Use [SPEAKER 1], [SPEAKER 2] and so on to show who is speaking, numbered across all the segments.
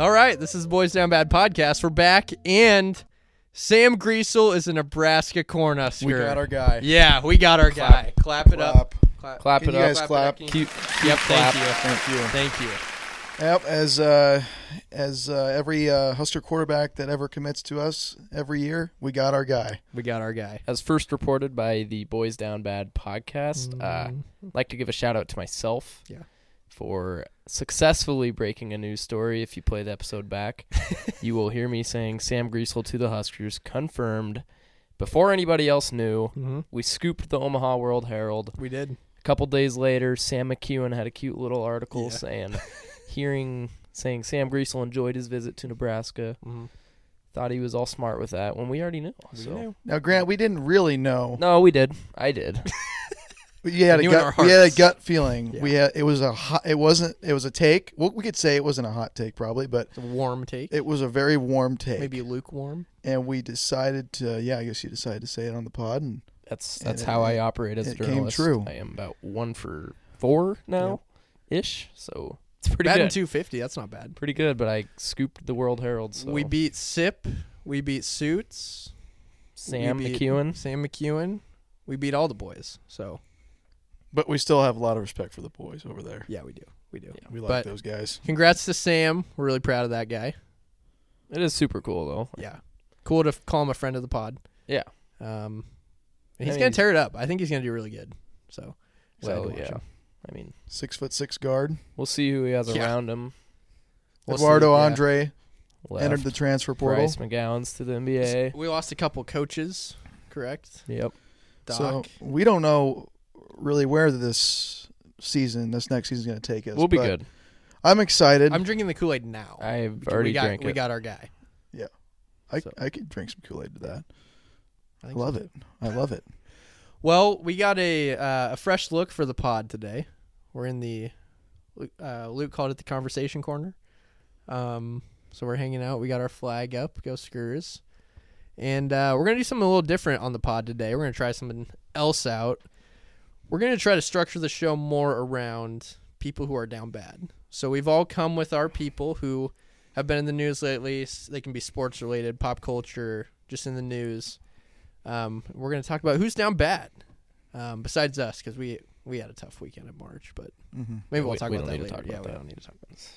[SPEAKER 1] All right, this is Boys Down Bad podcast. We're back, and Sam Greasel is a Nebraska Cornhusker.
[SPEAKER 2] We got our guy.
[SPEAKER 1] yeah, we got our guy. Clap it up. Clap,
[SPEAKER 2] Clap
[SPEAKER 1] Can
[SPEAKER 2] it
[SPEAKER 1] you
[SPEAKER 2] up.
[SPEAKER 1] guys
[SPEAKER 2] Keep,
[SPEAKER 1] Keith?
[SPEAKER 2] keep
[SPEAKER 1] Yep,
[SPEAKER 2] clap.
[SPEAKER 1] thank you.
[SPEAKER 2] Thank you.
[SPEAKER 1] Thank you.
[SPEAKER 2] Yep. As uh, as uh, every uh, Husker quarterback that ever commits to us every year, we got our guy.
[SPEAKER 1] We got our guy.
[SPEAKER 3] As first reported by the Boys Down Bad podcast, uh, I'd like to give a shout out to myself
[SPEAKER 1] Yeah.
[SPEAKER 3] for successfully breaking a news story. If you play the episode back, you will hear me saying Sam Greasel to the Huskers confirmed before anybody else knew. We scooped the Omaha World Herald.
[SPEAKER 1] We did.
[SPEAKER 3] A couple days later, Sam McEwen had a cute little article
[SPEAKER 1] Yeah.
[SPEAKER 3] saying, hearing, saying Sam Greasel enjoyed his visit to Nebraska. Thought he was all smart with that when we already knew. so.
[SPEAKER 2] Now, Grant, we didn't really know.
[SPEAKER 3] No, we did. I did.
[SPEAKER 2] We had
[SPEAKER 1] We
[SPEAKER 2] a
[SPEAKER 1] knew in our
[SPEAKER 2] gut, we had a
[SPEAKER 1] hearts.
[SPEAKER 2] gut feeling.
[SPEAKER 1] Yeah.
[SPEAKER 2] We had it was a hot, it wasn't it was a take. Well, we could say it wasn't a hot take probably, but
[SPEAKER 1] It's a warm take.
[SPEAKER 2] it was a very warm take.
[SPEAKER 1] Maybe lukewarm.
[SPEAKER 2] And we decided to yeah, I guess you decided to say it on the pod and
[SPEAKER 3] That's
[SPEAKER 2] And
[SPEAKER 3] that's
[SPEAKER 2] it-
[SPEAKER 3] how
[SPEAKER 2] it-
[SPEAKER 3] I operate as a
[SPEAKER 2] it came
[SPEAKER 3] journalist.
[SPEAKER 2] true.
[SPEAKER 3] I am about one for four now, ish. So it's pretty
[SPEAKER 1] Batting
[SPEAKER 3] good.
[SPEAKER 1] 250. That's not bad.
[SPEAKER 3] Pretty good, but I scooped the World Herald. So
[SPEAKER 1] We beat Sip. We beat Suits.
[SPEAKER 3] Sam
[SPEAKER 1] we beat-
[SPEAKER 3] McEwen.
[SPEAKER 1] Sam McEwen. We beat all the boys. So
[SPEAKER 2] but we still have a lot of respect for the boys over there.
[SPEAKER 1] yeah, we do. We do.
[SPEAKER 2] We like
[SPEAKER 1] But-
[SPEAKER 2] those guys.
[SPEAKER 1] Congrats to Sam. We're really proud of that guy.
[SPEAKER 3] It is super cool though.
[SPEAKER 1] Yeah. Cool to f- call him a friend of the pod.
[SPEAKER 3] Yeah.
[SPEAKER 1] Um,
[SPEAKER 3] I
[SPEAKER 1] and he's
[SPEAKER 3] mean,
[SPEAKER 1] gonna
[SPEAKER 3] he's-
[SPEAKER 1] tear it up. I think he's gonna do really good. So, excited
[SPEAKER 3] Well,
[SPEAKER 1] to watch
[SPEAKER 3] yeah.
[SPEAKER 1] him.
[SPEAKER 3] I mean,
[SPEAKER 2] Six foot six guard.
[SPEAKER 3] we'll see who he has
[SPEAKER 1] Yeah.
[SPEAKER 3] around him.
[SPEAKER 1] We'll see,
[SPEAKER 2] Eduardo
[SPEAKER 1] yeah.
[SPEAKER 2] Andre
[SPEAKER 3] Left.
[SPEAKER 2] entered the transfer portal.
[SPEAKER 3] Bryce McGowan's to the NBA.
[SPEAKER 1] We lost a couple coaches, correct?
[SPEAKER 3] Yep.
[SPEAKER 1] Doc.
[SPEAKER 2] So we don't know really where this season, this next season's going to take us.
[SPEAKER 3] We'll be
[SPEAKER 2] but
[SPEAKER 3] good.
[SPEAKER 2] I'm excited.
[SPEAKER 1] I'm drinking the Kool Aid now.
[SPEAKER 3] I've
[SPEAKER 1] We-
[SPEAKER 3] already
[SPEAKER 1] we got
[SPEAKER 3] drank
[SPEAKER 1] we
[SPEAKER 3] it.
[SPEAKER 1] got our guy.
[SPEAKER 2] I,
[SPEAKER 1] so-
[SPEAKER 2] I could drink some Kool Aid to that.
[SPEAKER 1] I
[SPEAKER 2] I
[SPEAKER 1] think so,
[SPEAKER 2] love
[SPEAKER 1] too.
[SPEAKER 2] it. I love it.
[SPEAKER 1] Well, we got a uh, a fresh look for the pod today. We're in the uh, Luke called it the conversation corner. Um, so we're hanging out. We got our flag up. Go Scurs. And uh, we're gonna do something a little different on the pod today. We're gonna try something else out. We're gonna try to structure the show more around people who are down bad. So we've all come with our people who have been in the news lately. S- They can be sports related, pop culture, just in the news. Um, we're gonna talk about who's down bad, um, besides us, because we we had a tough weekend in March. But
[SPEAKER 2] hmm
[SPEAKER 1] maybe we'll
[SPEAKER 3] We-
[SPEAKER 1] talk
[SPEAKER 3] we
[SPEAKER 1] about
[SPEAKER 3] don't
[SPEAKER 1] that
[SPEAKER 3] need
[SPEAKER 1] later.
[SPEAKER 3] to talk
[SPEAKER 1] Yeah,
[SPEAKER 3] about
[SPEAKER 1] we
[SPEAKER 3] that.
[SPEAKER 1] don't need to talk about this.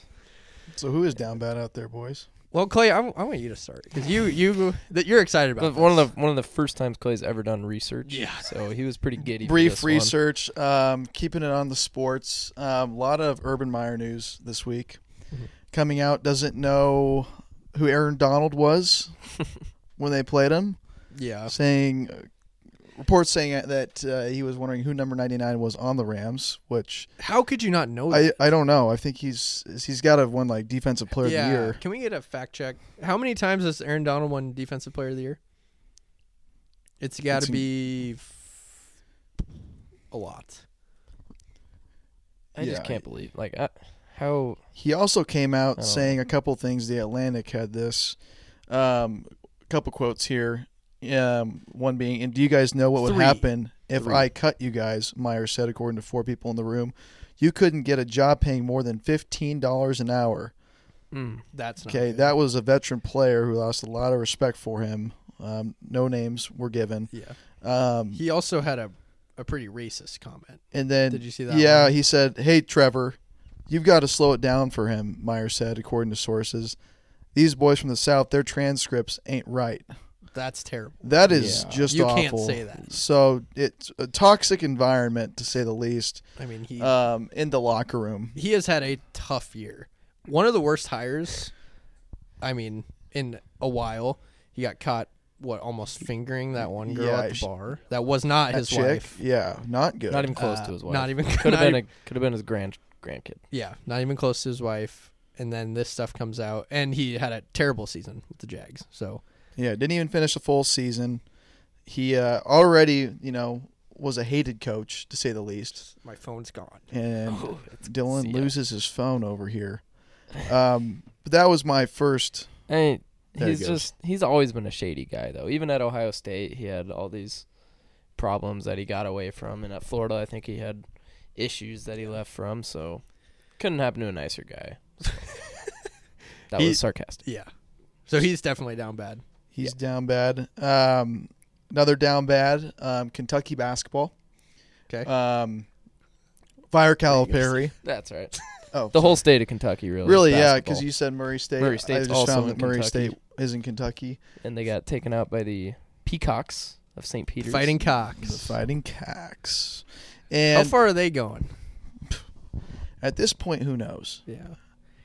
[SPEAKER 2] So who is down bad out there, boys?
[SPEAKER 1] Well, Clay, I, w- I want you to start because you you that you're excited about
[SPEAKER 3] But one
[SPEAKER 1] this.
[SPEAKER 3] of the one of the first times Clay's ever done research.
[SPEAKER 1] Yeah.
[SPEAKER 3] So he was pretty giddy. for
[SPEAKER 2] Brief
[SPEAKER 3] this one.
[SPEAKER 2] research, um, keeping it on the sports. Um, A lot of Urban Meyer news this week.
[SPEAKER 3] Mm-hmm.
[SPEAKER 2] Coming out doesn't know who Aaron Donald was when they played him,
[SPEAKER 1] yeah
[SPEAKER 2] saying uh, reports saying that uh, he was wondering who number 99 was on the Rams, which
[SPEAKER 1] how could you not know
[SPEAKER 2] I,
[SPEAKER 1] that?
[SPEAKER 2] I don't know. I think he's he's got to win like defensive player
[SPEAKER 1] yeah
[SPEAKER 2] of the year.
[SPEAKER 1] can we get a fact check how many times has Aaron Donald won defensive player of the year it's got
[SPEAKER 2] It's
[SPEAKER 1] to
[SPEAKER 2] in-
[SPEAKER 1] be f- a lot
[SPEAKER 3] I just
[SPEAKER 2] Yeah.
[SPEAKER 3] can't believe like I, how
[SPEAKER 2] He also came
[SPEAKER 3] I
[SPEAKER 1] Oh.
[SPEAKER 2] out
[SPEAKER 3] don't
[SPEAKER 2] saying a couple things. The Atlantic had this, um, a couple quotes here. Um, one being, and do you guys know what would
[SPEAKER 1] Three.
[SPEAKER 2] happen if
[SPEAKER 1] Three.
[SPEAKER 2] I cut you guys? Meyer said, according to four people in the room, you couldn't get a job paying more than fifteen dollars an hour.
[SPEAKER 3] mm,
[SPEAKER 1] that's not
[SPEAKER 2] Okay,
[SPEAKER 1] good.
[SPEAKER 2] that was a veteran player who lost a lot of respect for him. Um, no names were given.
[SPEAKER 1] yeah
[SPEAKER 2] Um,
[SPEAKER 1] he also had a a pretty racist comment
[SPEAKER 2] And then
[SPEAKER 1] Did you see that
[SPEAKER 2] Yeah,
[SPEAKER 1] one?
[SPEAKER 2] he said, "Hey, Trevor, you've got to slow it down for him." Meyer said, according to sources. These boys from the south, their transcripts ain't right.
[SPEAKER 1] that's terrible
[SPEAKER 2] That is
[SPEAKER 3] Yeah.
[SPEAKER 2] just
[SPEAKER 1] you
[SPEAKER 2] awful.
[SPEAKER 1] can't say that
[SPEAKER 2] So it's a toxic environment to say the least.
[SPEAKER 1] I mean he
[SPEAKER 2] Um, in the locker room,
[SPEAKER 1] he has had a tough year. One of the worst hires, I mean, in a while. He got caught, what, almost fingering that one girl
[SPEAKER 2] Yeah,
[SPEAKER 1] at the
[SPEAKER 2] she-
[SPEAKER 1] bar. That was not
[SPEAKER 2] That
[SPEAKER 1] his
[SPEAKER 2] chick,
[SPEAKER 1] wife.
[SPEAKER 2] yeah, not good.
[SPEAKER 3] not even close
[SPEAKER 1] Uh,
[SPEAKER 3] to his wife.
[SPEAKER 1] Not even
[SPEAKER 3] could
[SPEAKER 1] not
[SPEAKER 3] have been
[SPEAKER 1] even-
[SPEAKER 3] a could have been his grand grandkid.
[SPEAKER 1] yeah, not even close to his wife. And then this stuff comes out, and he had a terrible season with the Jags. So
[SPEAKER 2] yeah, didn't even finish the full season. He uh, already, you know, was a hated coach to say the least.
[SPEAKER 1] my phone's gone.
[SPEAKER 2] and
[SPEAKER 3] Oh,
[SPEAKER 2] Dylan
[SPEAKER 3] see ya.
[SPEAKER 2] loses his phone over here. Um, but that was my first.
[SPEAKER 3] I mean,
[SPEAKER 2] There it
[SPEAKER 3] he's
[SPEAKER 2] goes.
[SPEAKER 3] just he's always been a shady guy though. Even at Ohio State, he had all these problems that he got away from, and at Florida, I think he had issues that he left from. So couldn't happen to a nicer guy. That
[SPEAKER 1] He-
[SPEAKER 3] was sarcastic.
[SPEAKER 1] Yeah. So he's definitely down bad.
[SPEAKER 2] He's down bad. Um, another down bad. Um, Kentucky basketball.
[SPEAKER 1] Okay.
[SPEAKER 2] Um, fire Calipari.
[SPEAKER 3] That's right.
[SPEAKER 2] Oh,
[SPEAKER 3] The whole state of Kentucky really. is
[SPEAKER 2] really? Yeah,
[SPEAKER 3] basketball.
[SPEAKER 2] because you said Murray State.
[SPEAKER 3] Murray State's
[SPEAKER 2] I just
[SPEAKER 3] also
[SPEAKER 2] found
[SPEAKER 3] in
[SPEAKER 2] that Murray
[SPEAKER 3] Kentucky.
[SPEAKER 2] State is in Kentucky.
[SPEAKER 3] and they got taken out by the Peacocks of St. Peter's.
[SPEAKER 1] Fighting
[SPEAKER 2] The
[SPEAKER 1] cocks.
[SPEAKER 2] Fighting Cacs.
[SPEAKER 1] How
[SPEAKER 2] And
[SPEAKER 1] far are they going?
[SPEAKER 2] at this point, who knows?
[SPEAKER 1] Yeah.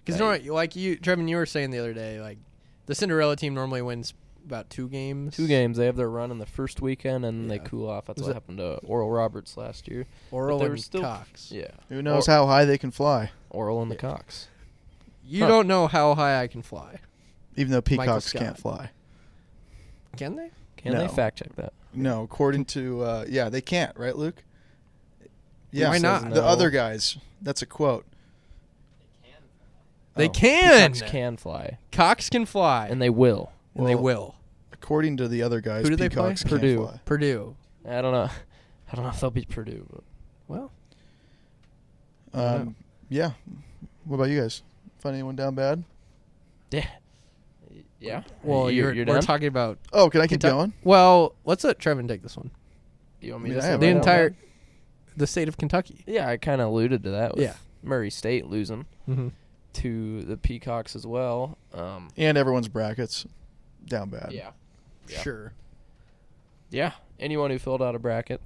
[SPEAKER 1] Because
[SPEAKER 3] Right.
[SPEAKER 1] like you, Trevin, you were saying the other day, like the Cinderella team normally wins about two games.
[SPEAKER 3] Two games. They have their run in the first weekend and they
[SPEAKER 1] Yeah.
[SPEAKER 3] cool off. That's
[SPEAKER 1] Was
[SPEAKER 3] what
[SPEAKER 1] it-
[SPEAKER 3] happened to Oral Roberts last year.
[SPEAKER 1] Oral
[SPEAKER 3] they were
[SPEAKER 1] and
[SPEAKER 3] still-
[SPEAKER 1] Cox.
[SPEAKER 3] Yeah.
[SPEAKER 2] Who knows how high they can fly?
[SPEAKER 3] Oral and the
[SPEAKER 1] Yeah.
[SPEAKER 3] Cox.
[SPEAKER 1] You
[SPEAKER 3] Huh.
[SPEAKER 1] don't know how high I can fly.
[SPEAKER 2] Even though
[SPEAKER 1] Michael
[SPEAKER 2] peacocks
[SPEAKER 1] Scott.
[SPEAKER 2] can't fly.
[SPEAKER 1] Can they?
[SPEAKER 3] Can
[SPEAKER 2] No.
[SPEAKER 3] they fact check that?
[SPEAKER 2] No, according to uh, yeah, they can't, right, Luke? Yeah,
[SPEAKER 1] Why
[SPEAKER 2] says
[SPEAKER 1] not?
[SPEAKER 2] The
[SPEAKER 3] no.
[SPEAKER 2] other guys. That's a quote.
[SPEAKER 1] They
[SPEAKER 2] Oh.
[SPEAKER 1] can.
[SPEAKER 3] Cox can fly,
[SPEAKER 1] Cox can fly,
[SPEAKER 3] and they will.
[SPEAKER 1] and they
[SPEAKER 2] Well,
[SPEAKER 1] will.
[SPEAKER 2] According to the other guys,
[SPEAKER 1] Who do they play?
[SPEAKER 2] peacocks can't
[SPEAKER 3] Purdue.
[SPEAKER 2] fly.
[SPEAKER 1] Purdue.
[SPEAKER 3] I don't know. I don't know if they'll beat Purdue. But
[SPEAKER 1] Well, don't know.
[SPEAKER 2] Um, yeah. What about you guys? Find anyone down bad?
[SPEAKER 3] yeah. Yeah.
[SPEAKER 1] well,
[SPEAKER 3] you,
[SPEAKER 1] you're,
[SPEAKER 3] you're
[SPEAKER 1] we're
[SPEAKER 3] done?
[SPEAKER 1] talking about.
[SPEAKER 2] Oh, can I keep
[SPEAKER 1] Kentuck-
[SPEAKER 2] going?
[SPEAKER 1] Well, let's let Trevin take this one.
[SPEAKER 3] you want
[SPEAKER 2] I
[SPEAKER 3] me
[SPEAKER 2] mean,
[SPEAKER 3] to
[SPEAKER 2] I
[SPEAKER 3] say
[SPEAKER 2] have
[SPEAKER 1] The
[SPEAKER 2] Right
[SPEAKER 3] mine?
[SPEAKER 2] on,
[SPEAKER 1] entire, the state of Kentucky.
[SPEAKER 3] Yeah, I kind of alluded to that with
[SPEAKER 1] Yeah.
[SPEAKER 3] Murray State losing
[SPEAKER 1] Mm-hmm.
[SPEAKER 3] to the Peacocks as well. Um,
[SPEAKER 2] And everyone's brackets down bad.
[SPEAKER 3] yeah. Yeah.
[SPEAKER 1] Sure.
[SPEAKER 3] Yeah. Anyone who filled out a bracket.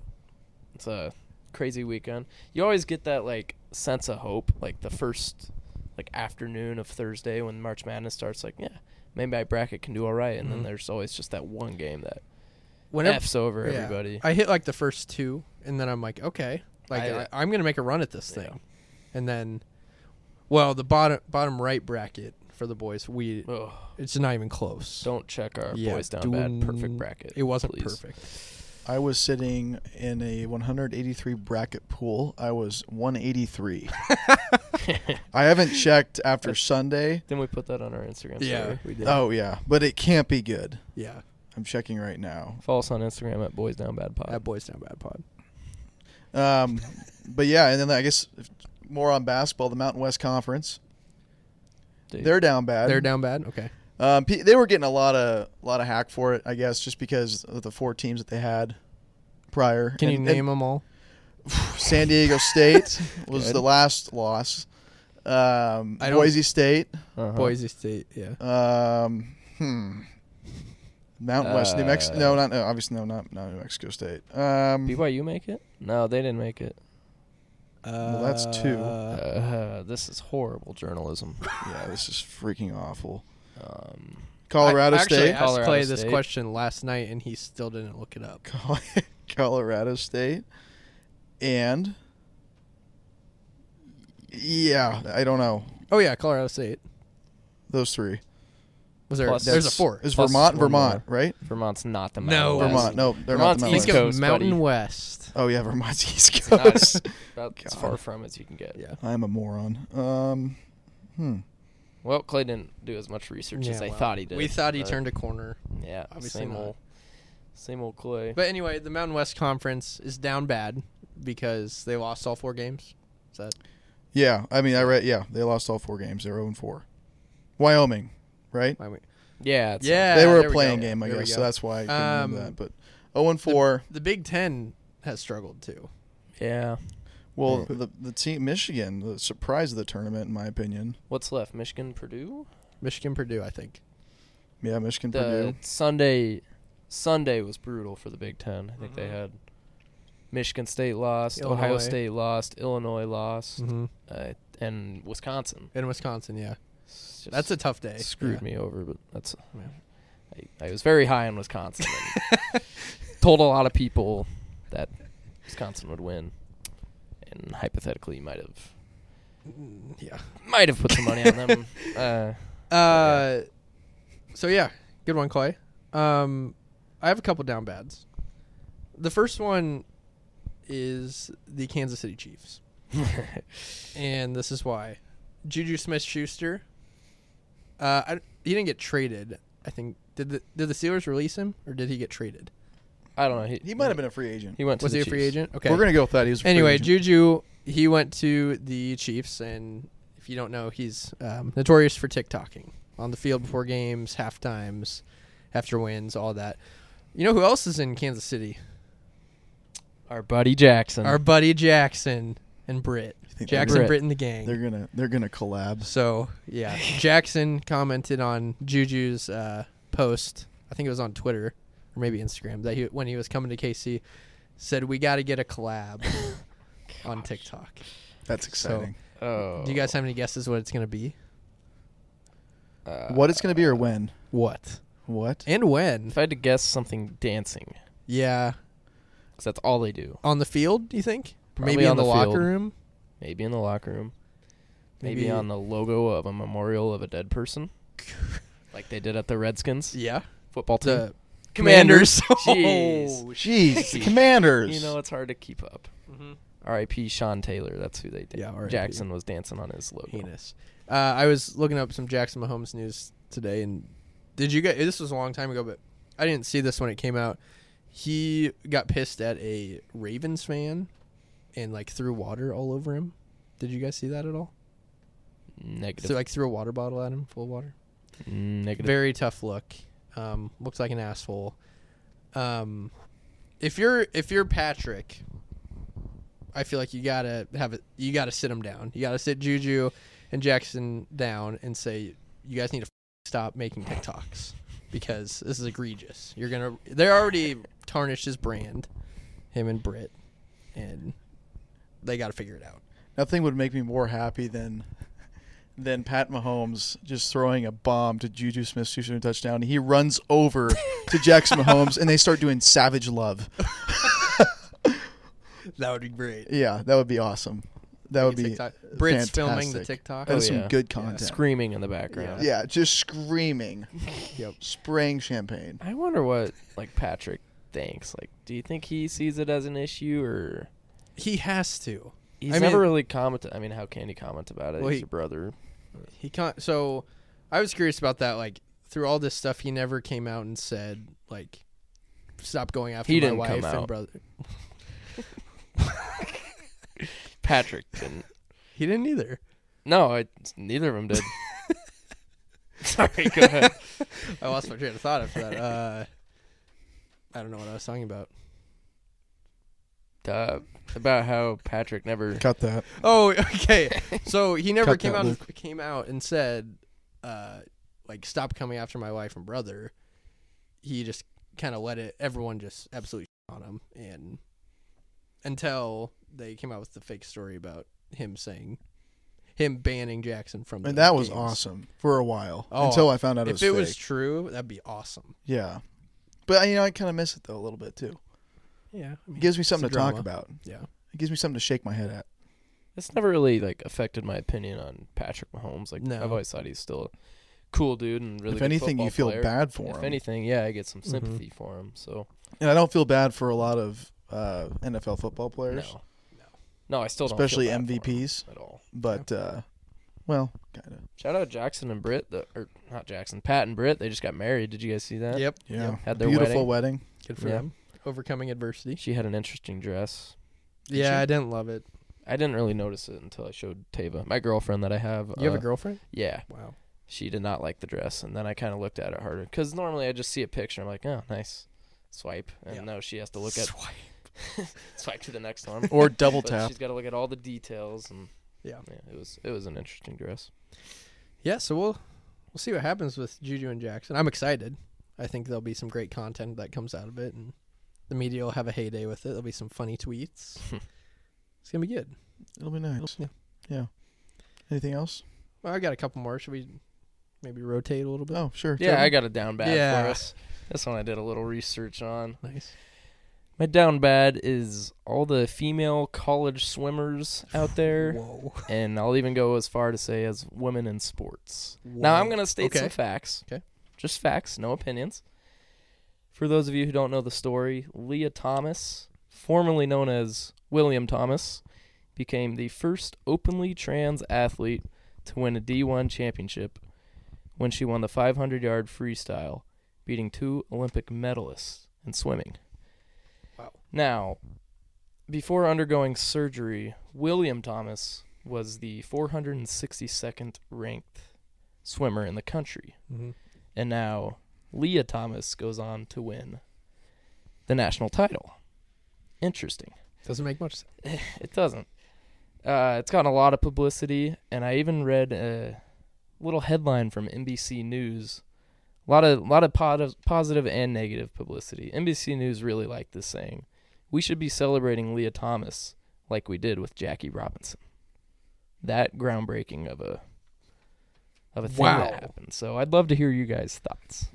[SPEAKER 3] It's a crazy weekend. You always get that like sense of hope, like the first like afternoon of Thursday when March Madness starts, like, yeah, maybe my bracket can do all right. And
[SPEAKER 1] Mhm.
[SPEAKER 3] then there's always just that one game that
[SPEAKER 1] Whenever
[SPEAKER 3] F's over
[SPEAKER 1] yeah.
[SPEAKER 3] everybody.
[SPEAKER 1] I hit like the first two, and then I'm like, okay, like I,
[SPEAKER 3] I-
[SPEAKER 1] I, am gonna make a run at this
[SPEAKER 3] Yeah.
[SPEAKER 1] thing, and then, well, the bottom bottom right bracket for the boys, we
[SPEAKER 3] Ugh,
[SPEAKER 1] it's not even close.
[SPEAKER 3] don't check our
[SPEAKER 1] Yeah,
[SPEAKER 3] boys down
[SPEAKER 1] do
[SPEAKER 3] bad perfect
[SPEAKER 1] n-
[SPEAKER 3] bracket.
[SPEAKER 1] it wasn't
[SPEAKER 3] please.
[SPEAKER 1] perfect.
[SPEAKER 2] I was sitting in a 183 bracket pool. I was 183. I haven't checked after Sunday.
[SPEAKER 3] Then we put that on our Instagram story.
[SPEAKER 1] Yeah.
[SPEAKER 3] we did.
[SPEAKER 2] Oh yeah, but it can't be good.
[SPEAKER 1] Yeah,
[SPEAKER 2] I'm checking right now.
[SPEAKER 3] Follow us on Instagram at boys down bad pod.
[SPEAKER 1] that boys down bad pod.
[SPEAKER 2] Um, but yeah, and then I guess if, more on basketball. The Mountain West Conference.
[SPEAKER 3] Dude,
[SPEAKER 2] They're down bad.
[SPEAKER 1] They're down bad. Okay.
[SPEAKER 2] Um, pe- they were getting a lot of lot of hack for it, I guess, just because of the four teams that they had prior.
[SPEAKER 1] Can you
[SPEAKER 2] And-
[SPEAKER 1] name them all?
[SPEAKER 2] and San Diego State was
[SPEAKER 3] Good.
[SPEAKER 2] the last loss. Um,
[SPEAKER 1] I don't-
[SPEAKER 2] Boise State.
[SPEAKER 3] uh-huh.
[SPEAKER 1] Boise State. Yeah.
[SPEAKER 2] Um, hmm. Mountain West, New Mexico.
[SPEAKER 3] Uh,
[SPEAKER 2] No, not no, obviously no, not, not New Mexico State. Um,
[SPEAKER 3] BYU make it? No, they didn't make it.
[SPEAKER 2] Well, that's two.
[SPEAKER 1] Uh,
[SPEAKER 3] Uh, this is horrible journalism.
[SPEAKER 2] yeah, this is freaking awful.
[SPEAKER 3] Um,
[SPEAKER 2] Colorado
[SPEAKER 1] I actually
[SPEAKER 2] State.
[SPEAKER 1] asked
[SPEAKER 3] Colorado
[SPEAKER 1] Clay this
[SPEAKER 3] State.
[SPEAKER 1] question last night, and he still didn't look it up.
[SPEAKER 2] Col- Colorado State, and yeah, I don't know
[SPEAKER 1] Oh yeah, Colorado State.
[SPEAKER 2] those three.
[SPEAKER 1] Was there?
[SPEAKER 3] Plus-
[SPEAKER 1] there's a
[SPEAKER 2] That's-
[SPEAKER 1] four.
[SPEAKER 2] Is
[SPEAKER 3] Plus
[SPEAKER 2] Vermont
[SPEAKER 3] one
[SPEAKER 2] Vermont right?
[SPEAKER 3] Vermont's not the Mountain
[SPEAKER 1] No.
[SPEAKER 3] West.
[SPEAKER 2] Vermont. No, they're
[SPEAKER 3] Vermont's
[SPEAKER 2] not
[SPEAKER 1] He's
[SPEAKER 2] the Mountain
[SPEAKER 3] East
[SPEAKER 1] going
[SPEAKER 2] West.
[SPEAKER 3] Coast,
[SPEAKER 1] Mountain
[SPEAKER 3] buddy.
[SPEAKER 1] West.
[SPEAKER 2] Oh yeah, Vermont's East
[SPEAKER 3] It's not-
[SPEAKER 2] Coast.
[SPEAKER 3] About as
[SPEAKER 2] God.
[SPEAKER 3] far from as you can get.
[SPEAKER 1] Yeah.
[SPEAKER 2] I'm a moron. Um, hmm.
[SPEAKER 3] Well, Clay didn't do as much research as I thought he did.
[SPEAKER 1] We thought he
[SPEAKER 3] but-
[SPEAKER 1] turned a corner.
[SPEAKER 3] Yeah,
[SPEAKER 1] obviously
[SPEAKER 3] same
[SPEAKER 1] not.
[SPEAKER 3] old, same old Clay.
[SPEAKER 1] But anyway, the Mountain West Conference is down bad because they lost all four games. Is that
[SPEAKER 2] Yeah, I mean, I read. Yeah, they lost all four games. They're 0 and 4. Wyoming, right?
[SPEAKER 1] why we-
[SPEAKER 3] yeah, it's
[SPEAKER 1] Yeah,
[SPEAKER 2] they were
[SPEAKER 1] there
[SPEAKER 2] a
[SPEAKER 1] we
[SPEAKER 2] playing
[SPEAKER 1] go.
[SPEAKER 2] game, I
[SPEAKER 1] There we
[SPEAKER 2] guess.
[SPEAKER 1] go.
[SPEAKER 2] So that's why I can
[SPEAKER 1] Um,
[SPEAKER 2] remember that. But 0 and 4.
[SPEAKER 1] the Big Ten has struggled too.
[SPEAKER 3] yeah.
[SPEAKER 2] Well,
[SPEAKER 1] Hmm.
[SPEAKER 2] the the team Michigan, the surprise of the tournament, in my opinion.
[SPEAKER 3] What's left? Michigan, Purdue.
[SPEAKER 1] Michigan, Purdue, I think.
[SPEAKER 2] Yeah, Michigan,
[SPEAKER 3] The
[SPEAKER 2] Purdue.
[SPEAKER 3] Sunday, Sunday was brutal for the Big Ten. I think they
[SPEAKER 1] Mhm.
[SPEAKER 3] had Michigan State lost, Ohio
[SPEAKER 1] Illinois. Mm-hmm.
[SPEAKER 3] State lost, Illinois lost, uh, and Wisconsin.
[SPEAKER 1] In Wisconsin, yeah,
[SPEAKER 3] It's just-
[SPEAKER 1] that's a tough day.
[SPEAKER 3] screwed
[SPEAKER 1] Yeah.
[SPEAKER 3] me over, but that's.
[SPEAKER 1] Yeah.
[SPEAKER 3] I, I was very high on Wisconsin. and told a lot of people that Wisconsin would win, and hypothetically, you might have
[SPEAKER 1] Mm, Yeah.
[SPEAKER 3] might have put some money on them. Uh,
[SPEAKER 1] Uh, so yeah, good one, Clay. Um, I have a couple down bads. The first one is the Kansas City Chiefs, and this is why Juju Smith-Schuster. Uh, I, he didn't get traded. I think did the did the Steelers release him or did he get traded?
[SPEAKER 3] I don't know. He,
[SPEAKER 2] He might have been a free agent.
[SPEAKER 3] He went. To
[SPEAKER 1] Was
[SPEAKER 3] the
[SPEAKER 1] he a free
[SPEAKER 3] Chiefs.
[SPEAKER 1] agent? Okay.
[SPEAKER 2] We're gonna go with that. He was a free
[SPEAKER 1] anyway,
[SPEAKER 2] agent.
[SPEAKER 1] Juju he went to the Chiefs, and if you don't know, he's um, notorious for TikToking. on the field before games, half times, after wins, all that. You know who else is in Kansas City?
[SPEAKER 3] Our buddy Jackson.
[SPEAKER 1] Our buddy Jackson and Britt.
[SPEAKER 2] Um, think they're
[SPEAKER 1] Jackson,
[SPEAKER 3] Britt.
[SPEAKER 1] Britt, and the gang.
[SPEAKER 2] They're gonna they're gonna collab.
[SPEAKER 1] So yeah, Jackson commented on Juju's uh, post. I think it was on Twitter or maybe Instagram that he when he was coming to KC said we got to get a collab on TikTok.
[SPEAKER 2] That's exciting.
[SPEAKER 3] oh.
[SPEAKER 1] Do you guys have any guesses what it's gonna be?
[SPEAKER 3] Uh,
[SPEAKER 2] what it's gonna be or when?
[SPEAKER 1] What
[SPEAKER 2] What?
[SPEAKER 1] and when?
[SPEAKER 3] If I had to guess, something dancing,
[SPEAKER 1] Yeah,
[SPEAKER 3] because that's all they do.
[SPEAKER 1] on the field. Do you think?
[SPEAKER 3] Probably
[SPEAKER 1] maybe
[SPEAKER 3] on
[SPEAKER 1] in the,
[SPEAKER 3] the
[SPEAKER 1] locker
[SPEAKER 3] field.
[SPEAKER 1] room.
[SPEAKER 3] Maybe in the locker room. Maybe,
[SPEAKER 1] Maybe-
[SPEAKER 3] on the logo of a memorial of a dead person, like they did at the Redskins
[SPEAKER 1] Yeah,
[SPEAKER 3] football team.
[SPEAKER 1] the
[SPEAKER 3] Commanders.
[SPEAKER 1] Commanders. Oh,
[SPEAKER 3] Jeez.
[SPEAKER 2] Jeez, the Commanders.
[SPEAKER 3] You know, it's hard to keep up.
[SPEAKER 1] Mm-hmm.
[SPEAKER 3] R.I.P. Sean Taylor. That's who they did.
[SPEAKER 1] Yeah, R.I.P..
[SPEAKER 3] Jackson was dancing on his logo.
[SPEAKER 1] heinous. Uh, I was looking up some Jackson Mahomes news today, and did you get this was a long time ago, but I didn't see this when it came out. He got pissed at a Ravens fan and like threw water all over him. Did you guys see that at all?
[SPEAKER 3] Negative.
[SPEAKER 1] So like threw a water bottle at him, full of water.
[SPEAKER 3] Negative.
[SPEAKER 1] Very tough look. Um, looks like an asshole. Um, if you're if you're Patrick, I feel like you gotta have it. You gotta sit him down. You gotta sit Juju and Jackson down and say you guys need to f- stop making TikToks because this is egregious. You're gonna. They already tarnished his brand, him and Britt, and they gotta figure it out.
[SPEAKER 2] Nothing would make me more happy than than Pat Mahomes just throwing a bomb to Juju Smith Schuster touchdown. He runs over to Jackson Mahomes and they start doing savage love.
[SPEAKER 1] That would be great.
[SPEAKER 2] Yeah, that would be awesome. That would be
[SPEAKER 1] TikTok. Britt's filming the
[SPEAKER 2] fantastic.
[SPEAKER 1] TikTok.
[SPEAKER 2] That is
[SPEAKER 3] Oh, yeah.
[SPEAKER 2] some good
[SPEAKER 1] Yeah.
[SPEAKER 2] content.
[SPEAKER 3] Screaming in the background.
[SPEAKER 2] Yeah, just screaming,
[SPEAKER 1] Yep.
[SPEAKER 2] spraying champagne.
[SPEAKER 3] I wonder what like Patrick thinks. Like, do you think he sees it as an issue or
[SPEAKER 1] He has to.
[SPEAKER 3] he's
[SPEAKER 1] I mean-
[SPEAKER 3] never really commented? I mean, how can he comment about it?
[SPEAKER 1] Well,
[SPEAKER 3] he's
[SPEAKER 1] he-
[SPEAKER 3] your brother.
[SPEAKER 1] He can't. So, I was curious about that. Like through all this stuff, he never came out and said like, "Stop going after
[SPEAKER 3] He
[SPEAKER 1] my
[SPEAKER 3] didn't
[SPEAKER 1] wife
[SPEAKER 3] come
[SPEAKER 1] and
[SPEAKER 3] out.
[SPEAKER 1] brother."
[SPEAKER 3] Patrick didn't.
[SPEAKER 1] He didn't either.
[SPEAKER 3] No, I, neither of them did. Sorry, go ahead.
[SPEAKER 1] I lost my train of thought after that. Uh, I don't know what I was talking about.
[SPEAKER 3] Uh, about how Patrick never.
[SPEAKER 2] Cut that.
[SPEAKER 1] Oh, okay. So he never
[SPEAKER 2] Cut
[SPEAKER 1] came
[SPEAKER 2] that,
[SPEAKER 1] out and came out and said, uh, like, "Stop coming after my wife and brother." He just kind of let it. Everyone just absolutely on him, and until they came out with the fake story about him saying, him banning Jackson from.
[SPEAKER 2] And
[SPEAKER 1] the
[SPEAKER 2] that was
[SPEAKER 1] games.
[SPEAKER 2] awesome for a while
[SPEAKER 1] Oh,
[SPEAKER 2] until I found out it
[SPEAKER 1] If
[SPEAKER 2] was
[SPEAKER 1] it
[SPEAKER 2] fake.
[SPEAKER 1] was true, that'd be awesome.
[SPEAKER 2] yeah, but you know I kind of miss it though a little bit too.
[SPEAKER 1] Yeah,
[SPEAKER 2] It gives me something
[SPEAKER 1] a
[SPEAKER 2] to talk
[SPEAKER 1] drama.
[SPEAKER 2] about.
[SPEAKER 1] yeah.
[SPEAKER 2] It gives me something to shake my head at.
[SPEAKER 3] It's never really like affected my opinion on Patrick Mahomes. Like,
[SPEAKER 1] No.
[SPEAKER 3] I've always thought he's still a cool dude and really.
[SPEAKER 2] if
[SPEAKER 3] good
[SPEAKER 2] anything, you feel
[SPEAKER 3] football player.
[SPEAKER 2] bad for
[SPEAKER 3] If
[SPEAKER 2] him,
[SPEAKER 3] anything, yeah, I get some sympathy for him. So
[SPEAKER 2] and I don't feel bad for a lot of uh, NFL football
[SPEAKER 3] no,
[SPEAKER 2] players,
[SPEAKER 3] no, no, I still don't feel
[SPEAKER 2] especially
[SPEAKER 3] bad for him
[SPEAKER 2] MVPs.
[SPEAKER 3] at all.
[SPEAKER 2] But uh, well, kind of.
[SPEAKER 3] Shout out Jackson and Britt, the, or not Jackson, Pat and Britt. They just got married. Did you guys see that?
[SPEAKER 1] Yep.
[SPEAKER 2] Yeah,
[SPEAKER 1] Yep.
[SPEAKER 3] Had their
[SPEAKER 2] beautiful wedding.
[SPEAKER 1] Good for
[SPEAKER 3] Yeah.
[SPEAKER 1] him. Overcoming adversity.
[SPEAKER 3] She had an interesting dress.
[SPEAKER 1] Yeah, I didn't love it.
[SPEAKER 3] I didn't really notice it until I showed Tava, my girlfriend that I have.
[SPEAKER 1] You have
[SPEAKER 3] uh,
[SPEAKER 1] a girlfriend?
[SPEAKER 3] Yeah,
[SPEAKER 1] Wow.
[SPEAKER 3] she did not like the dress, and then I kind of looked at it harder because normally I just see a picture. I'm like, oh, nice, swipe, and
[SPEAKER 1] Yeah.
[SPEAKER 3] no, she has to look at
[SPEAKER 1] Swipe.
[SPEAKER 3] swipe to the next one.
[SPEAKER 2] or double
[SPEAKER 3] But
[SPEAKER 2] tap.
[SPEAKER 3] she's got to look at all the details, and
[SPEAKER 1] Yeah.
[SPEAKER 3] it was it was an interesting dress.
[SPEAKER 1] Yeah, so we'll we'll see what happens with Juju and Jackson. I'm excited. I think there'll be some great content that comes out of it, and the media will have a heyday with it. There'll be some funny tweets. it's gonna be good.
[SPEAKER 2] It'll be nice.
[SPEAKER 1] Yeah.
[SPEAKER 2] Yeah. Anything else?
[SPEAKER 1] Well, I got a couple more. Should we maybe rotate a little bit?
[SPEAKER 2] Oh, sure.
[SPEAKER 3] Yeah, I got a down bad
[SPEAKER 1] Yeah.
[SPEAKER 3] for us. This one I did a little research on.
[SPEAKER 1] Nice.
[SPEAKER 3] My down bad is all the female college swimmers out there.
[SPEAKER 1] Whoa.
[SPEAKER 3] and I'll even go as far to say as women in sports. Now I'm going to state
[SPEAKER 1] Okay.
[SPEAKER 3] some facts.
[SPEAKER 1] Okay.
[SPEAKER 3] Just facts, no opinions. For those of you who don't know the story, Leah Thomas, formerly known as William Thomas, became the first openly trans athlete to win a D1 championship when she won the 500-yard freestyle, beating two Olympic medalists in swimming.
[SPEAKER 1] Wow.
[SPEAKER 3] Now, before undergoing surgery, William Thomas was the 462nd ranked swimmer in the country.
[SPEAKER 1] Mm-hmm.
[SPEAKER 3] And now Leah Thomas goes on to win the national title. Interesting.
[SPEAKER 1] Doesn't make much sense.
[SPEAKER 3] It doesn't. Uh, it's gotten a lot of publicity, and I even read a little headline from NBC News. A lot of lot of pod- positive and negative publicity. NBC News really liked this saying. We should be celebrating Leah Thomas like we did with Jackie Robinson. That groundbreaking of a of a thing
[SPEAKER 1] Wow.
[SPEAKER 3] that happened. So I'd love to hear you guys' thoughts.